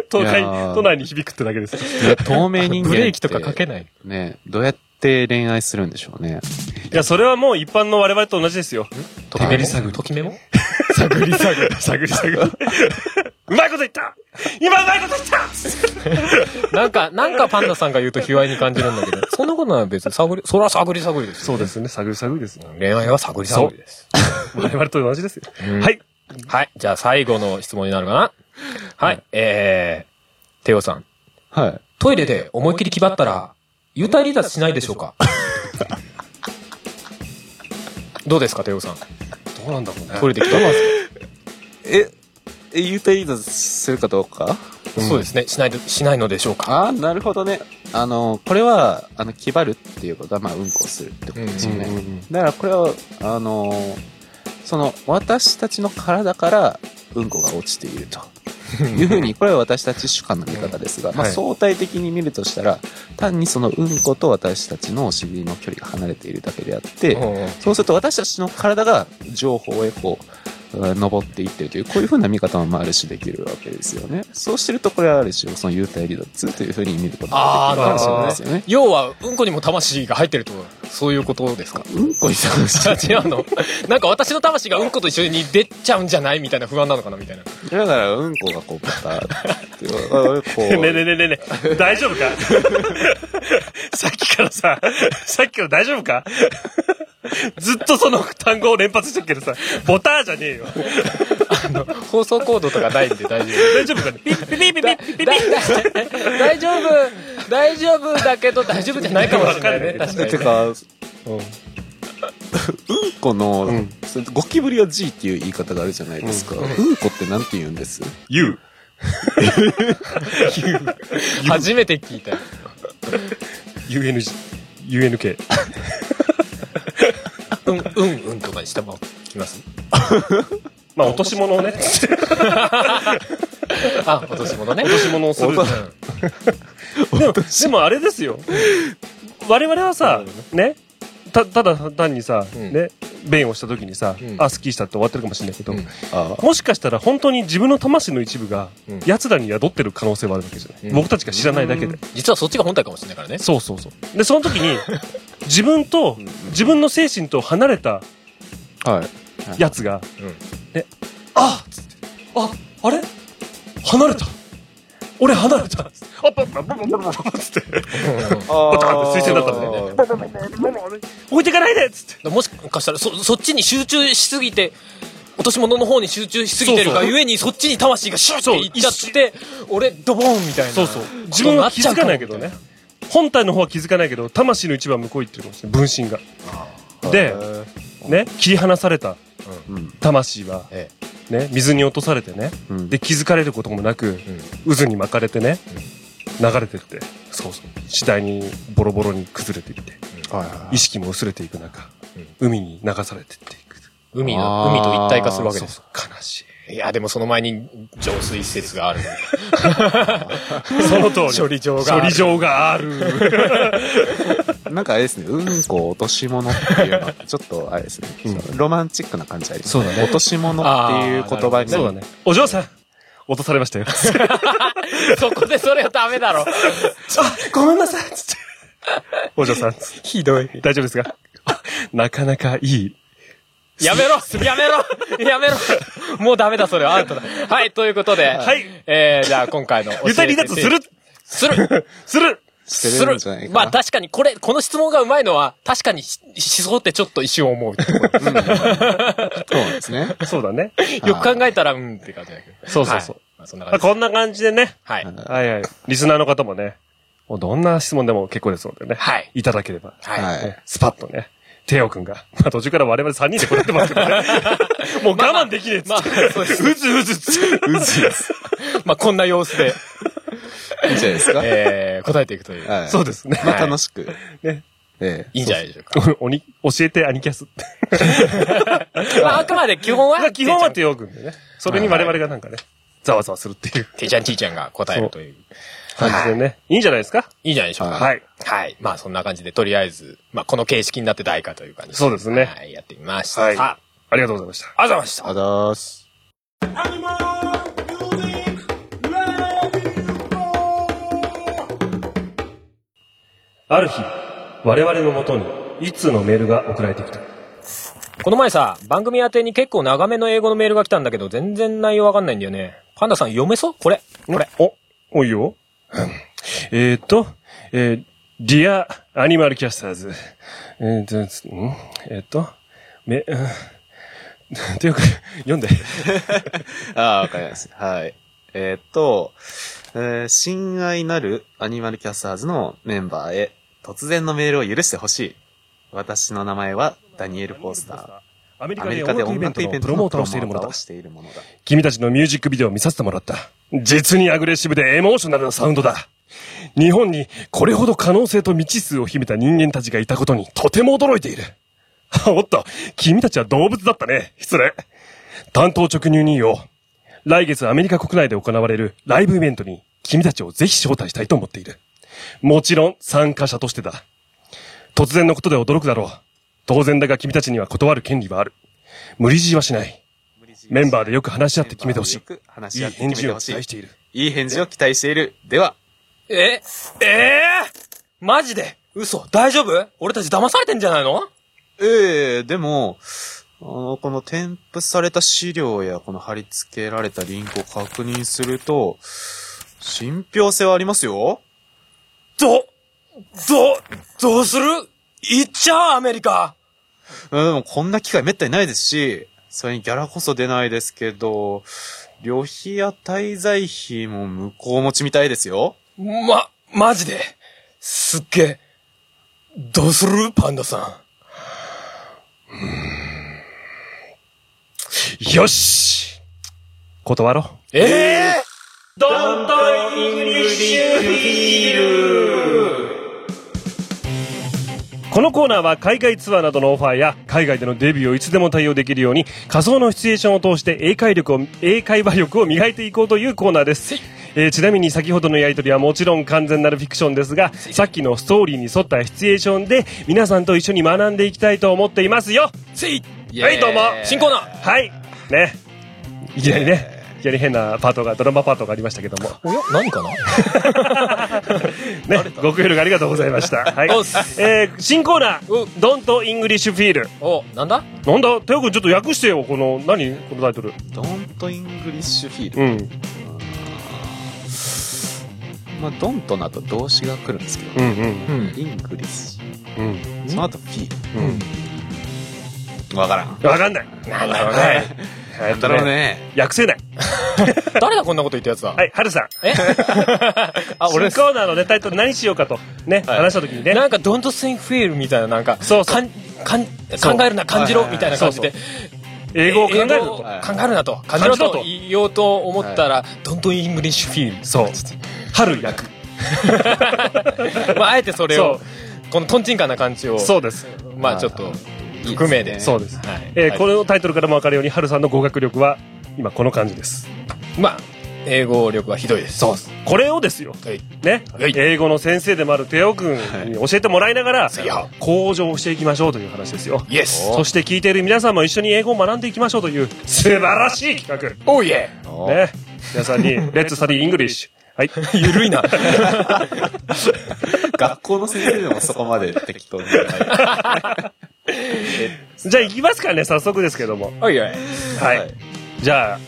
[SPEAKER 2] 東
[SPEAKER 3] い
[SPEAKER 2] 海
[SPEAKER 3] や
[SPEAKER 2] <laughs>
[SPEAKER 3] ー、
[SPEAKER 2] 都内に響くってだけです。
[SPEAKER 3] いや透明人間っ
[SPEAKER 1] ブ
[SPEAKER 3] て。
[SPEAKER 1] レーキとかかけない。
[SPEAKER 3] ねどうやって恋愛するんでしょうね。
[SPEAKER 2] いや、それはもう一般の我々と同じですよ。
[SPEAKER 1] と
[SPEAKER 3] 手めり探
[SPEAKER 1] り。ときめ <laughs> も
[SPEAKER 2] 探り探り。 <laughs> 探り探 <laughs> り。うまいこと言った今うまいこと言った
[SPEAKER 1] なんか、なんかパンダさんが言うと卑猥に感じるんだけど、そんなことは別に探り、それは探り探りですよ。
[SPEAKER 2] そうですね、探り探りですね。
[SPEAKER 1] 恋愛は探り探りです。
[SPEAKER 2] <laughs> 我々と同じですよ。
[SPEAKER 1] ん
[SPEAKER 2] はい。
[SPEAKER 1] はい。じゃあ最後の質問になるかな。はい。えー、テオさん。
[SPEAKER 3] はい。
[SPEAKER 1] トイレで思いっきり気張ったら、幽体離脱しないでしょう <laughs> かどうですか、テオさん。
[SPEAKER 2] どうなんだろうね
[SPEAKER 1] トイレで気張った
[SPEAKER 3] え、え、幽体離脱するかどうか
[SPEAKER 1] そうですね。しないで、しないのでしょうか。
[SPEAKER 3] ああ、なるほどね。あの、これは、あの、気張るっていうことは、まあ、うんこをするってことですよね。
[SPEAKER 2] うんうんうん
[SPEAKER 3] だから、これは、あの、その、私たちの体から、うんこが落ちていると。いうふうに、これは私たち主観の見方ですが、まあ、
[SPEAKER 1] はい
[SPEAKER 3] 相対的に見るとしたら、単にそのうんこと私たちのお尻の距離が離れているだけであって、そうすると私たちの体が情報へこう、うん登っていってるという、こういうふうな見方もまあある種できるわけですよね。そうしてると、これはある種、その幽体離脱というふうに見ることができるかもしれないですよね。
[SPEAKER 1] 要は、うんこにも魂が入ってると、そういうことですか
[SPEAKER 3] うんこに探し
[SPEAKER 1] あ
[SPEAKER 3] て
[SPEAKER 1] 違うのなんか私の魂がうんこと一緒に出ちゃうんじゃないみたいな不安なのかなみたいな。
[SPEAKER 3] だから、うんこがこう、バターってこう、こ
[SPEAKER 2] <laughs> ねえねえ
[SPEAKER 3] う、
[SPEAKER 2] ねえねえねえ大丈夫か <laughs> さっきからさ、さっきから大丈夫かずっとその単語を連発してるけどさ、ボターじゃねえよ。
[SPEAKER 1] 放送コードとかないんで大丈夫。
[SPEAKER 2] 大丈夫かねピッピピピピ
[SPEAKER 1] だ
[SPEAKER 2] ピピピ
[SPEAKER 1] だだ大丈夫大丈夫だけど大丈夫じゃないかもしれないね
[SPEAKER 2] わ
[SPEAKER 1] 確か
[SPEAKER 3] て
[SPEAKER 1] にね
[SPEAKER 3] か、うんこの、
[SPEAKER 2] ん
[SPEAKER 3] それゴキブリは G っていう言い方があるじゃないですか。うんこってなんて言うんです
[SPEAKER 2] !You!
[SPEAKER 1] 初めて聞いたよ
[SPEAKER 2] UNG。UNK。
[SPEAKER 1] うんうんうんとかにしたままきます
[SPEAKER 2] まあ、落とし物をね、落
[SPEAKER 1] あ落とし物ね
[SPEAKER 2] とし物をする。でも、でもあれですよ。我々はさ、ね、た、ただ単にさ、
[SPEAKER 1] うん
[SPEAKER 2] ね、便をした時にさ
[SPEAKER 1] う、ん
[SPEAKER 2] あ、スッキリしたって終わってるかもしれないけど
[SPEAKER 1] うん、
[SPEAKER 3] あ
[SPEAKER 2] もしかしたら本当に自分の魂の一部が
[SPEAKER 1] うん、
[SPEAKER 2] 奴らに宿ってる可能性はあるわけじゃない。
[SPEAKER 1] うん
[SPEAKER 2] 僕たちが知らないだけで。
[SPEAKER 1] 実はそっちが本体かもしれないからね
[SPEAKER 2] そうそうそう。で、その時 <laughs> に、自分と、自分の精神と離れた
[SPEAKER 3] あ、はい。
[SPEAKER 2] やつが、
[SPEAKER 1] うん
[SPEAKER 2] ね、あっつって、あ、あれ離れた俺離れたあ、ば、ば、ば、ば、ば、ば、ば、つって、
[SPEAKER 3] ボ
[SPEAKER 2] タンって水星だったんだよ
[SPEAKER 3] ね。
[SPEAKER 2] 置いてかないでっつって。
[SPEAKER 1] もしかしたらそそっちに集中しすぎて落とし物の方に集中しすぎてるが
[SPEAKER 2] そうそう
[SPEAKER 1] ゆえにそっちに魂がシュッていっちゃって俺ドボンみたいな
[SPEAKER 2] そうそう。自分は気づかないけどね。本体の方は気づかないけど、魂の一番向こう行ってるかもしれない。分身が。で、ね、切り離された
[SPEAKER 3] うん。
[SPEAKER 2] 魂は、
[SPEAKER 1] え
[SPEAKER 2] ね、水に落とされてね、
[SPEAKER 3] うん
[SPEAKER 2] で、気づかれることもなく、渦に巻かれてね、流れてって、そうそう。次第にボロボロに崩れていって。意識も薄れていく中、海に流されてっていく。
[SPEAKER 1] 海の海と一体化するわけ
[SPEAKER 2] そ
[SPEAKER 1] で
[SPEAKER 2] う
[SPEAKER 1] す
[SPEAKER 2] そう悲し
[SPEAKER 1] いやでもその前に浄水施設
[SPEAKER 2] <laughs>
[SPEAKER 1] がある
[SPEAKER 2] い。その通
[SPEAKER 1] 処
[SPEAKER 2] <laughs> り。
[SPEAKER 1] 理場がある
[SPEAKER 2] 処理場がある。
[SPEAKER 3] なんかあれですね、うんこ落とし物っていうのは、ちょっとあれですね、ロマンチックな感じあります
[SPEAKER 2] そうだね
[SPEAKER 3] 落とし物っていう言葉に。
[SPEAKER 2] そうだね。お嬢さん、落とされましたよ。
[SPEAKER 1] そこでそれはダメだろ
[SPEAKER 2] あ、 <laughs> ごめんなさいつって。 <laughs> お嬢さん、
[SPEAKER 1] ひどい
[SPEAKER 2] <laughs> 大丈夫ですかあなかなかいい
[SPEAKER 1] やめろやめろやめろもうダメだ、それはアウトだ。はい、ということで。
[SPEAKER 2] はい
[SPEAKER 1] えー、じゃあ今回の教えて。
[SPEAKER 2] ゆたり脱する
[SPEAKER 1] する
[SPEAKER 2] する
[SPEAKER 3] してるんじゃないかな
[SPEAKER 1] まあ確かに、これ、この質問がうまいのは、確かにし、しそうってちょっと一瞬思うってところ。
[SPEAKER 3] そうなんですね。
[SPEAKER 2] そうだね。
[SPEAKER 1] よく考えたら、うんって感じだけど。
[SPEAKER 2] そうそうそう
[SPEAKER 1] はい。まあそんな
[SPEAKER 2] まあ
[SPEAKER 1] 感じ。
[SPEAKER 2] こんな感じでね。
[SPEAKER 1] はい。
[SPEAKER 2] <laughs> はいはい。リスナーの方もね、もうどんな質問でも結構ですのでね。
[SPEAKER 1] はい
[SPEAKER 2] いただければ。
[SPEAKER 1] はい。
[SPEAKER 3] はい
[SPEAKER 2] ねスパッとね。テオくんが。まあ途中から我々3人でこれやってますけどね。
[SPEAKER 1] <laughs>
[SPEAKER 2] もう我慢できねえっつ
[SPEAKER 1] まあ
[SPEAKER 2] っ、
[SPEAKER 1] そうで
[SPEAKER 2] て。
[SPEAKER 1] す。
[SPEAKER 2] うずうずっつって。
[SPEAKER 3] うずいです。
[SPEAKER 1] <laughs> まあこんな様子で、
[SPEAKER 3] いいんじゃないですか。
[SPEAKER 1] えー、答えていくという。
[SPEAKER 3] はい。
[SPEAKER 2] そうですね。
[SPEAKER 3] まあ楽しく。
[SPEAKER 2] ね。
[SPEAKER 3] え
[SPEAKER 1] いいんじゃないでしょうか。
[SPEAKER 2] <laughs> おに、教えてアニキャスって。
[SPEAKER 1] まああくまで基本
[SPEAKER 2] ま
[SPEAKER 1] は、
[SPEAKER 2] あ基本は
[SPEAKER 1] て
[SPEAKER 2] テオくんでね。それに我々がなんかね、ざわざわするっていう
[SPEAKER 1] いちゃんちいちゃんが答えるという。
[SPEAKER 2] 感じでね。いいんじゃないですか
[SPEAKER 1] いいんじゃないでしょうか。
[SPEAKER 2] はい。
[SPEAKER 1] はい。まあそんな感じで、とりあえず、まあこの形式になって大かという感じ
[SPEAKER 2] そうですね
[SPEAKER 1] はい、やってみました。
[SPEAKER 2] はい
[SPEAKER 1] あ
[SPEAKER 2] ありがとうございました。
[SPEAKER 1] ありがとうございまし
[SPEAKER 3] え
[SPEAKER 1] た。
[SPEAKER 3] あざーす。
[SPEAKER 2] ある日、我々のもとに、一通のメールが送られてきた。
[SPEAKER 1] この前さ、番組宛てに結構長めの英語のメールが来たんだけど、全然内容わかんないんだよね。パンダさん読めそうこれ。これ。
[SPEAKER 2] お、おいいよ。うんえーっと、えー、ディア・アニマルキャスターズ。えーっと、つんえーっと、め、うん、 <laughs> てよく、読んで。
[SPEAKER 3] ああ、わかります。はい。えーっと、えー、親愛なるアニマルキャスターズのメンバーへ、突然のメールを許してほしい。私の名前はダニエル・フォースター。
[SPEAKER 2] アメリ
[SPEAKER 3] ア
[SPEAKER 2] カ
[SPEAKER 3] メリ
[SPEAKER 2] で
[SPEAKER 3] カで
[SPEAKER 2] 音
[SPEAKER 3] 音
[SPEAKER 2] 楽
[SPEAKER 3] 楽
[SPEAKER 2] イ
[SPEAKER 3] イ
[SPEAKER 2] ベ
[SPEAKER 3] ベ
[SPEAKER 2] ン
[SPEAKER 3] ン
[SPEAKER 2] ト
[SPEAKER 3] ト
[SPEAKER 2] の
[SPEAKER 3] の
[SPEAKER 2] プロモー
[SPEAKER 3] プ
[SPEAKER 2] ター
[SPEAKER 3] ロ
[SPEAKER 2] を
[SPEAKER 3] モ
[SPEAKER 2] しているも
[SPEAKER 3] ー
[SPEAKER 2] の
[SPEAKER 3] ター
[SPEAKER 2] だ
[SPEAKER 3] を。しているものだ。
[SPEAKER 2] 君たちのミュージックビデオを見させてもらった。実にアグレッシブでエモーショナルなサウンドだ。日本にこれほど可能性と未知数を秘めた人間たちがいたことにとても驚いている。 <laughs> おっと、君たちは動物だったね。失礼。担当直入に言おう。来月アメリカ国内で行われるライブイベントに君たちをぜひ招待したいと思っている。もちろん参加者としてだ。突然のことで驚くだろう。当然だが君たちには断る権利はある。無理強いはしない。メンバーでよく話し合って決めてほしい。
[SPEAKER 3] よく話し
[SPEAKER 2] い
[SPEAKER 3] 合
[SPEAKER 2] い
[SPEAKER 3] って
[SPEAKER 2] 返
[SPEAKER 3] 決め
[SPEAKER 2] 事
[SPEAKER 3] て
[SPEAKER 2] を
[SPEAKER 3] ほし
[SPEAKER 2] 期
[SPEAKER 3] い。
[SPEAKER 2] 待している。
[SPEAKER 3] いい返事を期待している。では、
[SPEAKER 1] えええマジで嘘大丈夫俺たち騙されてんじゃないの
[SPEAKER 3] ええでも、あの、この添付された資料や、この貼り付けられたリンクを確認すると、信憑性はありますよ
[SPEAKER 1] ど、ど、どうする行っちゃうアメリカ
[SPEAKER 3] うん、でもこんな機会めったにないですし、それにギャラこそ出ないですけど、旅費や滞在費も向こう持ちみたいですよ。
[SPEAKER 1] ま、マジですっげえ。どうするパンダさ
[SPEAKER 2] よし断ろう。
[SPEAKER 1] ん。ええ
[SPEAKER 2] どんどんイングリッシュフィールこのコーナーは海外ツアーなどのオファーや海外でのデビューをいつでも対応できるように仮想のシチュエーションを通して英会力を英会話力を磨いていこうというコーナーです、えーちなみに先ほどのやり取りはもちろん完全なるフィクションですがさっきのストーリーに沿ったシチュエーションで皆さんと一緒に学んでいきたいと思っていますよ
[SPEAKER 1] せい
[SPEAKER 2] はいどうも
[SPEAKER 1] 新コーナー
[SPEAKER 2] はいねいきなりねいきなり変なパートがドラマパートがありましたけども
[SPEAKER 1] おや何
[SPEAKER 2] <laughs>
[SPEAKER 1] かな
[SPEAKER 2] ね、ご協力ありがとうございました。はい。
[SPEAKER 1] おっす
[SPEAKER 2] えー新コーナ
[SPEAKER 1] お
[SPEAKER 2] ー、ドンとイングリッシュフィール。
[SPEAKER 1] お、なんだ
[SPEAKER 2] なんだ、テオ君ちょっと訳してよ、この、何このタイトル。
[SPEAKER 3] ドンとイングリッシュフィール。
[SPEAKER 2] うん。
[SPEAKER 3] まあ、ドンとなと動詞が来るんですけど、
[SPEAKER 2] うんうん。
[SPEAKER 1] うん。
[SPEAKER 3] イングリッシュ。
[SPEAKER 2] うん。
[SPEAKER 3] その後フィー
[SPEAKER 2] うん。
[SPEAKER 3] ル。わからん。
[SPEAKER 2] わかんない。
[SPEAKER 1] なん
[SPEAKER 2] わかんない。なん
[SPEAKER 3] だろう。ね。
[SPEAKER 2] 訳せない。
[SPEAKER 1] <laughs> 誰だこんなこと言ったやつだ
[SPEAKER 2] はい、ハルさん。 <laughs>
[SPEAKER 1] えあ、
[SPEAKER 2] 新
[SPEAKER 1] 俺
[SPEAKER 2] コーナーのね、タイトル何しようかと、ね、
[SPEAKER 3] はい
[SPEAKER 2] 話した時にね。
[SPEAKER 1] なんか、don't think feel みたいな、なんか、
[SPEAKER 2] そうそう
[SPEAKER 1] かんかん
[SPEAKER 2] そう
[SPEAKER 1] 考えるな、感じろ、みたいな感じで。
[SPEAKER 2] 英語を考える
[SPEAKER 1] 英語を考。
[SPEAKER 2] と
[SPEAKER 3] はい
[SPEAKER 1] えるなと。感じろ
[SPEAKER 2] 感じろ
[SPEAKER 1] と
[SPEAKER 2] と
[SPEAKER 1] 言おうと思ったら、don't English feel。
[SPEAKER 2] そう。春役。
[SPEAKER 1] <laughs> まあ、あえてそれを
[SPEAKER 2] そ、
[SPEAKER 1] このトンチンカンな感じを、
[SPEAKER 2] そうです。
[SPEAKER 1] まあ、ちょっと、含めで。
[SPEAKER 2] そうです。
[SPEAKER 1] はい
[SPEAKER 2] えーこれのタイトルからもわかるように、ハルさんの語学力は、今この感じです。
[SPEAKER 1] まあ、英語力はひどいです。
[SPEAKER 2] そうです。これをですよ。
[SPEAKER 1] はい。
[SPEAKER 2] ね、
[SPEAKER 1] はい
[SPEAKER 2] 英語の先生でもあるテオ君に教えてもらいながら
[SPEAKER 1] いや
[SPEAKER 2] 向上していきましょうという話ですよ
[SPEAKER 1] Yes!
[SPEAKER 2] そして聞いている皆さんも一緒に英語を学んでいきましょうという素晴らしい企
[SPEAKER 1] Oh yeah!
[SPEAKER 2] 画ね皆さん
[SPEAKER 1] <laughs>
[SPEAKER 2] に「レッツ・スタディ・イングリッシュ」はい
[SPEAKER 1] ゆるいな。
[SPEAKER 3] 学校の先生でもそこまで適当に。
[SPEAKER 2] じゃあ行きますかね、早速ですけども。
[SPEAKER 1] <laughs> おいおい。
[SPEAKER 2] はい。じゃあ、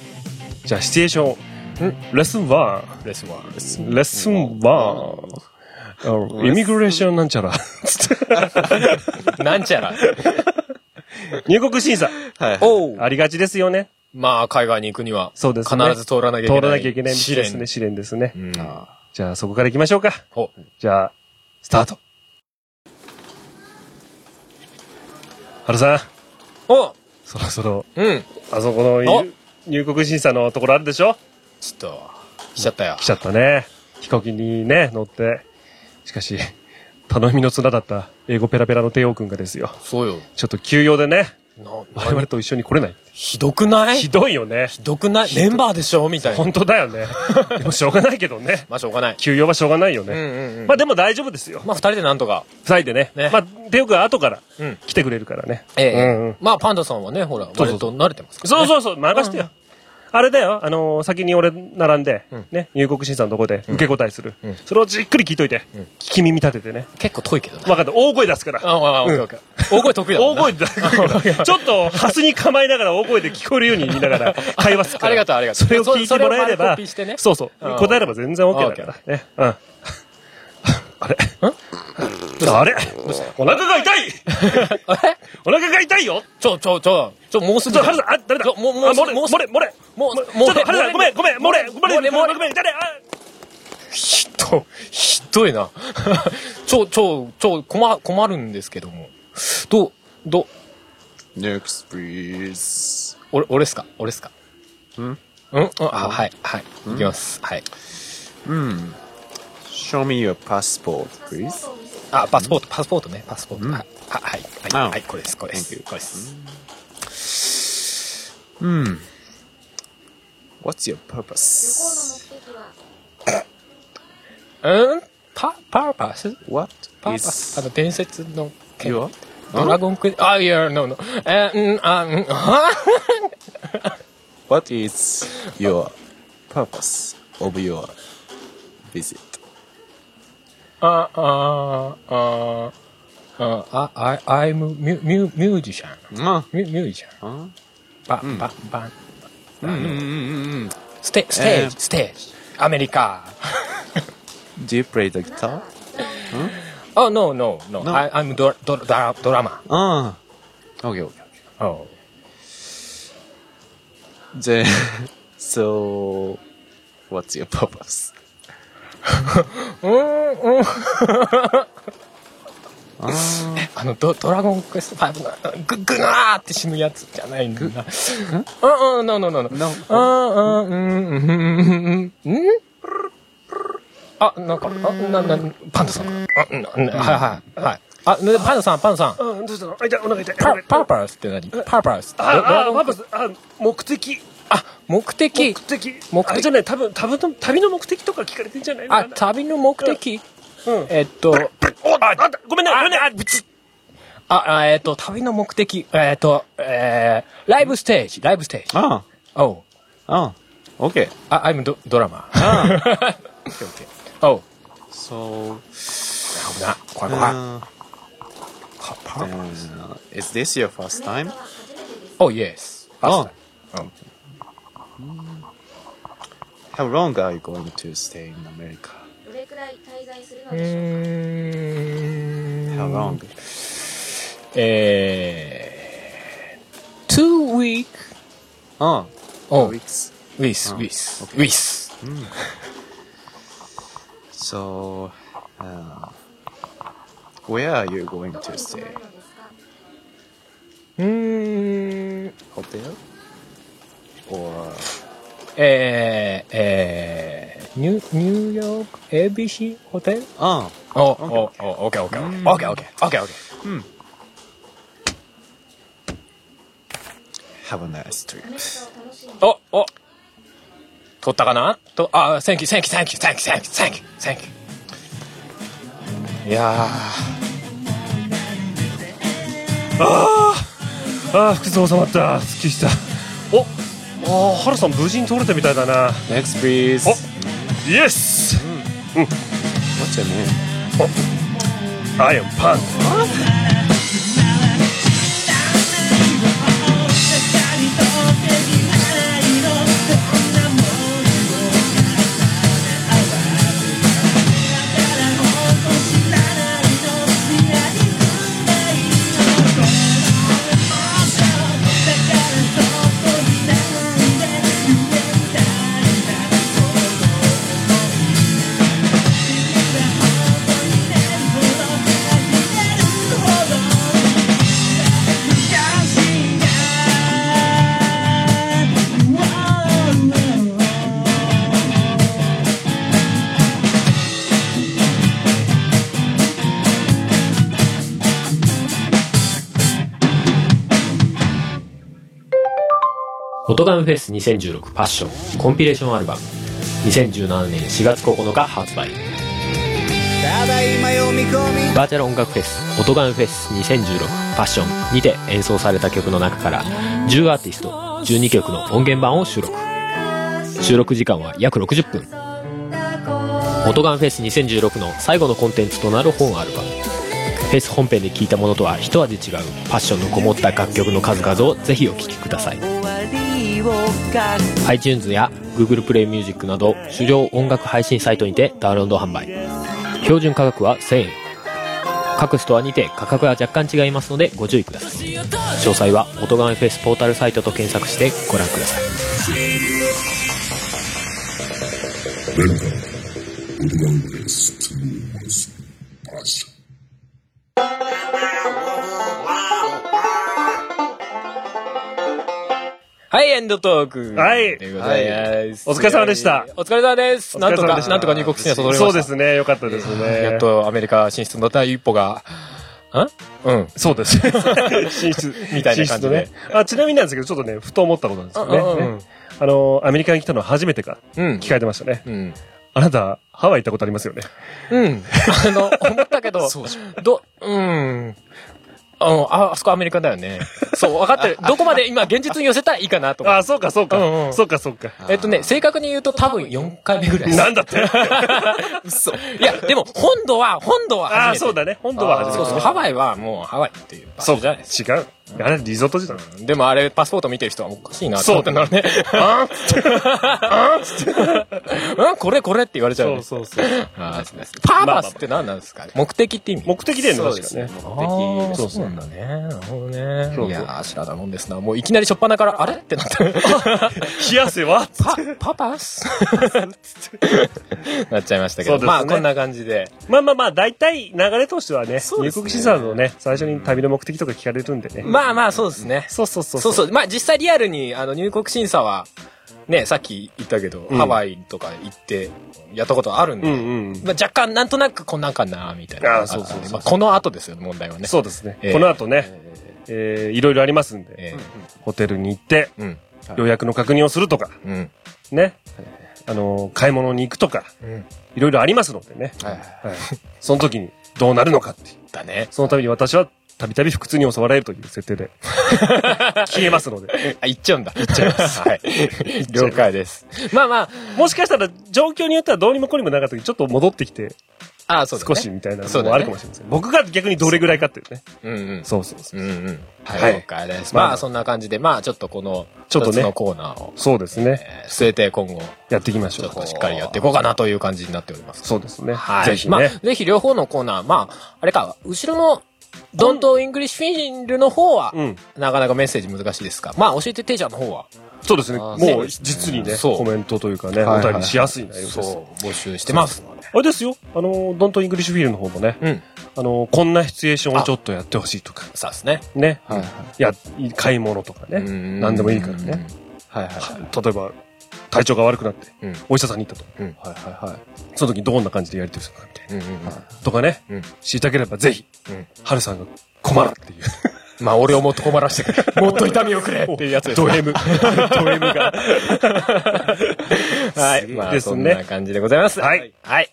[SPEAKER 2] じゃあシチュエーション。レッスン1。
[SPEAKER 1] レスワー
[SPEAKER 2] レッスン1。イミグレーションなんちゃら。
[SPEAKER 1] なんちゃら。
[SPEAKER 2] 入国審査。
[SPEAKER 3] はい。
[SPEAKER 1] おう
[SPEAKER 2] ありがちですよね。
[SPEAKER 1] まあ、海外に行くには、
[SPEAKER 2] そうです
[SPEAKER 1] 必
[SPEAKER 2] ね。
[SPEAKER 1] ず通らなきゃいけな
[SPEAKER 2] 通
[SPEAKER 1] い。
[SPEAKER 2] らなきゃいけない
[SPEAKER 1] 試
[SPEAKER 2] 道ですね。
[SPEAKER 1] 練。
[SPEAKER 2] 試練ですね
[SPEAKER 1] う。ん。
[SPEAKER 2] じゃあそこから行きましょうか。
[SPEAKER 1] ほ
[SPEAKER 2] じゃあ、スタート。原さん、
[SPEAKER 1] おう
[SPEAKER 2] そろそろ、
[SPEAKER 1] うん。
[SPEAKER 2] あそこの入入国審査のところあるでしょ
[SPEAKER 1] ちょっと、来ちゃったよ
[SPEAKER 2] 来。ちゃったね。飛行機にね、乗って。しかし、頼みの綱だった英語ペラペラの帝王くんがですよ。
[SPEAKER 1] そうよ。
[SPEAKER 2] ちょっと休養でね、
[SPEAKER 1] な、
[SPEAKER 2] 我々と一緒に来れない。
[SPEAKER 1] ひどくない
[SPEAKER 2] ひ
[SPEAKER 1] ひ
[SPEAKER 2] どいよね。
[SPEAKER 1] どくないメンバーでしょみたいな。
[SPEAKER 2] 本当だよ <laughs> ね。でもしょうがないけどね。
[SPEAKER 1] まあ、しょうがない。
[SPEAKER 2] 休養はしょうがないよね。
[SPEAKER 1] うんうんうん
[SPEAKER 2] まあでも大丈夫ですよ。
[SPEAKER 1] まあ、二人でなんとか。
[SPEAKER 2] 二人でね。
[SPEAKER 1] ね
[SPEAKER 2] まあ、帝王くんは後から
[SPEAKER 1] うん
[SPEAKER 2] 来てくれるからね。
[SPEAKER 1] え
[SPEAKER 2] うんう
[SPEAKER 1] え
[SPEAKER 2] ん。
[SPEAKER 1] まあ、パンダさんはね、ほら、
[SPEAKER 2] そう
[SPEAKER 1] 割と慣れてますから
[SPEAKER 2] そう
[SPEAKER 1] ね。
[SPEAKER 2] そうそう、任してよ。あれだよ、あのー先に俺並んで、ね、入国審査のとこで受け答えする、それをじっくり聞いといて、聞き耳立ててね。
[SPEAKER 1] 結構遠いけどな。
[SPEAKER 2] 分かった、大声出すから。
[SPEAKER 1] ああ、オッケーオッケー。大声得意だも
[SPEAKER 2] 大
[SPEAKER 1] んな。
[SPEAKER 2] 声出すから。ちょっと、ハスに構えながら大声で聞こえるように言いながら会話するから。
[SPEAKER 1] ありがとうありがとう
[SPEAKER 2] それを聞いてもらえれ
[SPEAKER 1] それを丸
[SPEAKER 2] ば
[SPEAKER 1] コピーしてね、
[SPEAKER 2] そうそう
[SPEAKER 1] うん。
[SPEAKER 2] 答えれば全然 OK だからね。うん。あれあれお腹が痛い
[SPEAKER 1] <laughs> あれ
[SPEAKER 2] お腹が痛いよ
[SPEAKER 1] ちょ、ちょ、ちょ、ちょ、もうす
[SPEAKER 2] ち
[SPEAKER 1] ぐ
[SPEAKER 2] ょ、
[SPEAKER 1] じゃ
[SPEAKER 2] ハ
[SPEAKER 1] ん。
[SPEAKER 2] ルさん、あ、ダメだ。
[SPEAKER 1] ちょもうもう
[SPEAKER 2] あ漏れ、
[SPEAKER 1] もう
[SPEAKER 2] 漏れ、漏れ。
[SPEAKER 1] もう、
[SPEAKER 2] ち
[SPEAKER 1] も
[SPEAKER 2] ょ
[SPEAKER 1] う、
[SPEAKER 2] っと、ハルさん、ごめん、ごめん、漏れ、ごめん、
[SPEAKER 1] 漏れ
[SPEAKER 2] ご
[SPEAKER 1] 漏
[SPEAKER 2] め
[SPEAKER 1] れ
[SPEAKER 2] ん、ごめん、痛いあ
[SPEAKER 1] ひど、ひどいな。 <laughs> ちょ、ちょ、ちょ、困、困るんですけども。どう、どう、
[SPEAKER 3] Next, please.
[SPEAKER 1] 俺、俺っすか俺っすか
[SPEAKER 3] ん
[SPEAKER 1] うんあ、はい、はい。いきます。はい。
[SPEAKER 3] Hmm. Show me your passport, please.
[SPEAKER 1] あ、パスポート、パスポートね、パスポート。
[SPEAKER 3] うん
[SPEAKER 1] はい、あはい、は
[SPEAKER 3] あ
[SPEAKER 1] い、はい、これです、これです
[SPEAKER 3] Thank you.
[SPEAKER 1] これです。
[SPEAKER 3] Hmm. What's your purpose?
[SPEAKER 1] うんパ、パーパス
[SPEAKER 3] What
[SPEAKER 1] パーパスあ
[SPEAKER 3] is
[SPEAKER 1] の、伝説の剣
[SPEAKER 3] your
[SPEAKER 1] ドラゴンクエスト、あ、いや、no, no. えー、うん、あ、 <laughs> うん、は
[SPEAKER 3] What is your purpose of your visit?
[SPEAKER 1] あ、あ、あ、あ、あ、あ、あ、I'm mu- mu- musician.
[SPEAKER 3] あ
[SPEAKER 1] Mu- musician.
[SPEAKER 3] あ
[SPEAKER 1] ば、ば、ば、
[SPEAKER 3] うんうんうんうん。
[SPEAKER 1] ステ、ス
[SPEAKER 3] え
[SPEAKER 1] テー
[SPEAKER 3] ー
[SPEAKER 1] ジ、ステージ。アメリカ。
[SPEAKER 3] Do you play the guitar?
[SPEAKER 1] Oh, no, no, no.
[SPEAKER 3] No.
[SPEAKER 1] I, I'm dra- dra- dra- drama.
[SPEAKER 3] ああ。Okay, okay, okay.
[SPEAKER 1] Oh.
[SPEAKER 3] Then, <laughs> so, what's your purpose?
[SPEAKER 1] あのド、ドラゴンクエスト5の、あのぐ、ぐなーって死ぬやつじゃないんだな。うんうん、no, no, no, no.
[SPEAKER 3] No.
[SPEAKER 1] あーうんうんうんうんうんうんあ、なんか、あ、な、な、パンダさん。あ、な、なはいはい、はい。あ、ねパンダさん、パンダさん。
[SPEAKER 2] れ。うん、どうしたのあ、痛い、お腹痛い。
[SPEAKER 1] パ、パーパスって何パーパス。
[SPEAKER 2] あ、
[SPEAKER 1] ドド
[SPEAKER 2] あ、
[SPEAKER 1] ラゴ
[SPEAKER 2] パ
[SPEAKER 1] ン
[SPEAKER 2] パス、あ、目的。
[SPEAKER 1] あ、目
[SPEAKER 2] 目
[SPEAKER 1] 的。
[SPEAKER 2] 的。
[SPEAKER 1] 目的
[SPEAKER 2] あれじゃない、多分、多分、旅の目的とか聞かれてんじゃないのか
[SPEAKER 1] あ、
[SPEAKER 2] な
[SPEAKER 1] 旅の目的。
[SPEAKER 2] うん
[SPEAKER 1] えっと、
[SPEAKER 2] おああごめんね、ごめんね、あ、ぶち
[SPEAKER 1] あ、あえっと、旅の目的。えっと、えー、ライブステージ、ライブステージ。
[SPEAKER 3] あ
[SPEAKER 1] Oh,
[SPEAKER 3] あ。ああ。Okay.
[SPEAKER 1] I- I'm do- drama. <laughs>
[SPEAKER 3] ああ。
[SPEAKER 1] Oh.
[SPEAKER 3] so,
[SPEAKER 1] 危な。怖い怖い。
[SPEAKER 3] uh,
[SPEAKER 1] パパーパ
[SPEAKER 3] uh, is this your first time?
[SPEAKER 1] Oh, yes.
[SPEAKER 3] あ
[SPEAKER 1] Um,
[SPEAKER 3] How long are you going to stay in America?
[SPEAKER 4] どれくらい滞在するの
[SPEAKER 1] う
[SPEAKER 4] でしょうか
[SPEAKER 1] ーん
[SPEAKER 3] How long?
[SPEAKER 1] えー、two week.
[SPEAKER 3] ああ。
[SPEAKER 1] Oh, with,
[SPEAKER 3] Weeks.
[SPEAKER 1] with,
[SPEAKER 3] okay.
[SPEAKER 1] with.
[SPEAKER 3] So, uh, where are you going to stay?
[SPEAKER 1] うーん、
[SPEAKER 3] Hotel? Or
[SPEAKER 1] えー、えー、ニュニューヨーク ABC ホテル
[SPEAKER 3] ああ、
[SPEAKER 1] お、お、お、オッケーオッケーオッケーオッケーオッケーオッケーオッケー。
[SPEAKER 3] have a nice trip.
[SPEAKER 4] アメリカを楽しんで
[SPEAKER 1] お、お取ったかなと、あ、thank you, thank you, thank you, thank you, thank you, thank you, thank you. いや
[SPEAKER 2] ああ、服装収まった。すっきりした。おああ、ハルさん無事に通れたみたいだな。
[SPEAKER 3] Next, please.
[SPEAKER 2] おイエス
[SPEAKER 3] What's your name?
[SPEAKER 2] アイアンパン
[SPEAKER 5] トガンフェス2016パッションコンピレーションアルバム2017年4月9日発売
[SPEAKER 6] ただいま読み込み
[SPEAKER 5] バーチャル音楽フェス音ガンフェス2016パッションにて演奏された曲の中から10アーティスト12曲の音源版を収録収録時間は約60分音ガンフェス2016の最後のコンテンツとなる本アルバムフェス本編で聴いたものとは一味違うパッションのこもった楽曲の数々をぜひお聴きください
[SPEAKER 6] 終わりをか
[SPEAKER 5] iTunes や Google プレイミュージックなど主要音楽配信サイトにてダウンロード販売標準価格は1000円各ストアにて価格は若干違いますのでご注意ください詳細は「音ガンフェスポータルサイト」と検索してご覧ください
[SPEAKER 1] はい、エンドトーク。
[SPEAKER 2] はい
[SPEAKER 1] でございます。
[SPEAKER 2] はいお疲れ様でした
[SPEAKER 1] お疲れ様です。
[SPEAKER 2] お
[SPEAKER 1] なん
[SPEAKER 2] 疲れ
[SPEAKER 1] と
[SPEAKER 2] 様
[SPEAKER 1] か
[SPEAKER 2] でし、た
[SPEAKER 1] なんとか入国審査届き
[SPEAKER 2] そ
[SPEAKER 1] ま
[SPEAKER 2] う
[SPEAKER 1] した。
[SPEAKER 2] ですね。よかったですね。
[SPEAKER 1] やっ
[SPEAKER 2] <laughs>
[SPEAKER 1] とアメリカ進出の第一歩が、んうん。
[SPEAKER 2] そうです。進出
[SPEAKER 1] みたいな感じで
[SPEAKER 2] 進出ねあちなみになんですけど、ちょっとね、ふと思ったことなんですけどね。
[SPEAKER 1] うんうん
[SPEAKER 2] あの、アメリカに来たのは初めてか、
[SPEAKER 1] <laughs> うん。
[SPEAKER 2] 聞かれてましたね。
[SPEAKER 1] うん。
[SPEAKER 2] あなた、ハワイ行ったことありますよね。
[SPEAKER 1] うん。あの、思ったけど、
[SPEAKER 3] そうじゃん。
[SPEAKER 1] ど、うん。あのあ、あそこアメリカだよね。そう、分かって
[SPEAKER 2] <laughs>
[SPEAKER 1] る。どこまで今現実に寄せたらいいかなと
[SPEAKER 2] あ
[SPEAKER 1] か。
[SPEAKER 2] あ、そうか、そうか、
[SPEAKER 1] うんうん
[SPEAKER 2] そうか、そうか。
[SPEAKER 1] えっとね、正確に言うと多分4回目ぐらいです。
[SPEAKER 2] なんだって
[SPEAKER 1] 嘘。いや、でも、本土は、本土は初めて。
[SPEAKER 2] ああ、そうだね。本土は初めて
[SPEAKER 1] そうそう。ハワイはもうハワイっていう場所じゃないです
[SPEAKER 2] そう、違う。あれ、リゾート時代。
[SPEAKER 1] か。でもあれ、パスポート見てる人はおかしいなって思ってんだろうね。
[SPEAKER 2] あ
[SPEAKER 1] うん、これこれって言われちゃう
[SPEAKER 2] そ
[SPEAKER 1] ね、
[SPEAKER 2] うそうそう。
[SPEAKER 1] あーそうですパーパスって何なんですかね目的って意味
[SPEAKER 2] 目的での
[SPEAKER 3] そう
[SPEAKER 2] 確
[SPEAKER 3] です
[SPEAKER 2] かね
[SPEAKER 3] ね。。
[SPEAKER 1] あ
[SPEAKER 3] 目
[SPEAKER 1] ー
[SPEAKER 3] 的。
[SPEAKER 1] そうなんだね。なるほどね。
[SPEAKER 2] そうそう
[SPEAKER 1] いやー、知らないもんですな。もういきなりしょっぱなから、あれってなって、
[SPEAKER 2] 冷や汗は
[SPEAKER 1] パ、 <laughs> パパスなっちゃいましたけ
[SPEAKER 2] そ
[SPEAKER 1] ど、
[SPEAKER 2] うですね
[SPEAKER 1] まあこんな感じで。
[SPEAKER 2] まあまあまあ、大体流れとしてはね、
[SPEAKER 3] そう
[SPEAKER 2] 入
[SPEAKER 3] ですね
[SPEAKER 2] 国審査のね、最初に旅の目的とか聞かれるんでね。
[SPEAKER 1] まあまあそうですね。
[SPEAKER 2] そうそうそう。
[SPEAKER 1] そうそう。まあ実際リアルに、あの、入国審査は、ね、さっき言ったけど、
[SPEAKER 2] ん
[SPEAKER 1] ハワイとか行って、やったことあるんで、
[SPEAKER 2] うんうん
[SPEAKER 1] まあ、若干なんとなくこんなんかな、みたいな。
[SPEAKER 2] あーそうそうそう
[SPEAKER 1] まあこの後ですよね、問題はね。
[SPEAKER 2] そうですね。
[SPEAKER 1] ええ
[SPEAKER 2] この後ね、えーいろいろありますんで、
[SPEAKER 1] え
[SPEAKER 2] ホテルに行って、
[SPEAKER 1] えうん。
[SPEAKER 2] 予約の確認をするとか、
[SPEAKER 1] うん。
[SPEAKER 2] ね。あの、買い物に行くとか、
[SPEAKER 1] うん。
[SPEAKER 2] いろいろありますのでね。
[SPEAKER 1] はい。
[SPEAKER 2] はい。その時にどうなるのかっていう。
[SPEAKER 1] だね。
[SPEAKER 2] そのために私は、たびたび腹痛に襲われるという
[SPEAKER 1] <laughs>
[SPEAKER 2] 設定で、消えますので。
[SPEAKER 1] あ、行っちゃうんだ。行っちゃいます。 <laughs>
[SPEAKER 2] <laughs>
[SPEAKER 1] はい。了解です。まあまあ、
[SPEAKER 2] もしかしたら、状況によってはどうにもこうにもなかった時、ちょっと戻ってきて、
[SPEAKER 1] あーそうだね。
[SPEAKER 2] 少しみたいな
[SPEAKER 1] そう
[SPEAKER 2] の
[SPEAKER 1] だ
[SPEAKER 2] も
[SPEAKER 1] ね
[SPEAKER 2] あるかもしれません。僕が逆にどれぐらいかっていうね。
[SPEAKER 1] うんうん。
[SPEAKER 2] そうそうそう
[SPEAKER 1] う。んうん。は。
[SPEAKER 2] はいい
[SPEAKER 1] 了解です。
[SPEAKER 2] まあ
[SPEAKER 1] まあそんな感じで、まあちょっとこの、
[SPEAKER 2] ちょっとね
[SPEAKER 1] 一つのコーナーを、
[SPEAKER 2] そうですね。
[SPEAKER 1] えー据えて今後、
[SPEAKER 2] やっていきまし
[SPEAKER 1] ち
[SPEAKER 2] ょ
[SPEAKER 1] ょ
[SPEAKER 2] う
[SPEAKER 1] っ。としっかりやっていこうかなという感じになっております。
[SPEAKER 2] そうですね。
[SPEAKER 1] はい。
[SPEAKER 2] ぜひ
[SPEAKER 1] まあ、
[SPEAKER 2] ね。
[SPEAKER 1] ぜひ両方のコーナー、まあ、あれか、後ろの、ドンとイングリッシュフィンルの方は、
[SPEAKER 2] うん。
[SPEAKER 1] なかなかメッセージ難しいですか。まあ、教えてていちゃんの方は、
[SPEAKER 2] そうですね。
[SPEAKER 1] あ
[SPEAKER 2] も
[SPEAKER 1] ーそう
[SPEAKER 2] う、実にね、
[SPEAKER 1] そう
[SPEAKER 2] コメントというかね、
[SPEAKER 3] はい
[SPEAKER 2] お便りしやすい内容です。
[SPEAKER 1] そう、募集してますので。
[SPEAKER 2] あれですよ。あの、ドントイングリッシュフィールの方もね、
[SPEAKER 1] うん。
[SPEAKER 2] あの、こんなシチュエーションをちょっとやってほしいとか、
[SPEAKER 1] そうですね。
[SPEAKER 2] ね。
[SPEAKER 3] はいはい。
[SPEAKER 2] いや、買い物とかね。
[SPEAKER 1] うん
[SPEAKER 2] 何でもいいからね。。
[SPEAKER 3] はいはい。
[SPEAKER 2] 例えば、体調が悪くなって
[SPEAKER 1] うん、
[SPEAKER 2] お医者さんに行ったと。
[SPEAKER 3] はいはいはい。
[SPEAKER 2] その時どんな感じでやりとりするかみたい
[SPEAKER 1] うんうんうん。
[SPEAKER 2] な。とかね
[SPEAKER 1] うん、
[SPEAKER 2] 知りたければぜひ
[SPEAKER 1] うん、
[SPEAKER 2] ハルさんが困るっていう。
[SPEAKER 1] まあ、俺をもっと困らせてく <laughs> れ。もっと痛みをくれっていうやつですね。<laughs>
[SPEAKER 2] ド M。ド M が。
[SPEAKER 1] はい。まあ、
[SPEAKER 2] です
[SPEAKER 1] そ
[SPEAKER 2] ね
[SPEAKER 1] んな感じでございます。
[SPEAKER 2] はい。
[SPEAKER 1] はい。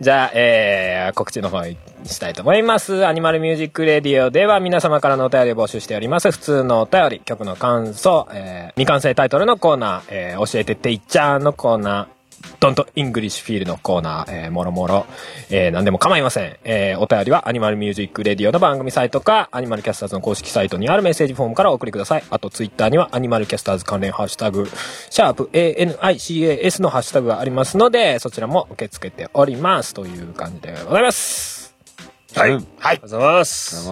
[SPEAKER 1] じゃあ、えー、告知の方にしたいと思います。アニマルミュージックレディオでは皆様からのお便りを募集しております。普通のお便り、曲の感想、えー、未完成タイトルのコーナー、えー、教えてていっちゃーのコーナー、ドンとイングリッシュフィールのコーナー、えー、もろもろ、えー、何でも構いません。えー、お便りはアニマルミュージックレディオの番組サイトか、アニマルキャスターズの公式サイトにあるメッセージフォームからお送りください。あと、ツイッターにはアニマルキャスターズ関連ハッシュタグ、シャープ ANICAS のハッシュタグがありますので、そちらも受け付けております。という感じでございます。
[SPEAKER 2] はい。あり
[SPEAKER 3] う
[SPEAKER 2] が
[SPEAKER 3] ん
[SPEAKER 2] とうございます。
[SPEAKER 3] ありがとうございま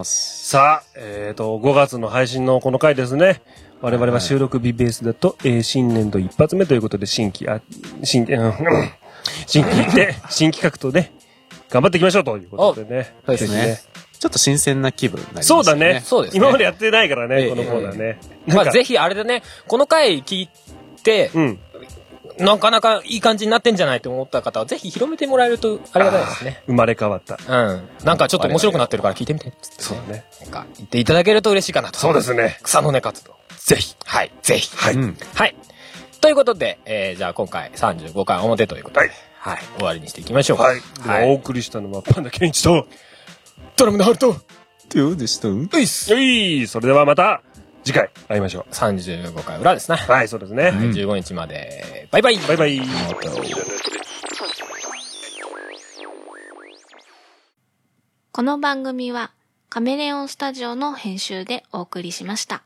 [SPEAKER 3] す。
[SPEAKER 2] さあ、えっ、と、5月の配信のこの回ですね。我々は収録日ベースだと、えー新年度一発目ということで、新規、あ、新、うん、新
[SPEAKER 1] <laughs>
[SPEAKER 2] 規で、新企画とね、頑張っていきましょうということでね。
[SPEAKER 3] そうです
[SPEAKER 2] ぜ
[SPEAKER 3] ね。ちょっと新鮮な気分になります
[SPEAKER 2] そうだね。
[SPEAKER 1] そうですね
[SPEAKER 2] 今までやってないからね、
[SPEAKER 1] ええ
[SPEAKER 2] このコーナーね。
[SPEAKER 1] まあ、ぜひあれだね、この回聞いて、
[SPEAKER 2] うん。
[SPEAKER 1] なかなかいい感じになってんじゃないと思った方は、ぜひ広めてもらえるとありがたいですね。
[SPEAKER 2] 生まれ変わった。
[SPEAKER 1] うん。なんかちょっと面白くなってるから聞いてみて。
[SPEAKER 2] そうだね。
[SPEAKER 1] なんか言っていただけると嬉しいかなと。
[SPEAKER 2] そうですね。
[SPEAKER 1] 草の根活動。
[SPEAKER 2] ぜひ。
[SPEAKER 1] はい、ぜひ。
[SPEAKER 2] はい。
[SPEAKER 3] うん。
[SPEAKER 1] はい。ということで、えー、じゃあ今回35回表ということで、
[SPEAKER 2] はい。
[SPEAKER 1] はい、終わりにしていきましょう。
[SPEAKER 2] はい。
[SPEAKER 1] は
[SPEAKER 2] お
[SPEAKER 1] い。
[SPEAKER 2] 送りしたのはパンダケンイチと、ドラムのハルト。
[SPEAKER 3] どうでした
[SPEAKER 2] ういっす。ういそれではまた、次回会いましょ
[SPEAKER 1] 35回裏ですね。
[SPEAKER 2] う。はい、そうですね。
[SPEAKER 1] 15日まで、バイバイ
[SPEAKER 2] バイバイ。
[SPEAKER 5] この番組はカメレオンスタジオの編集でお送りしました。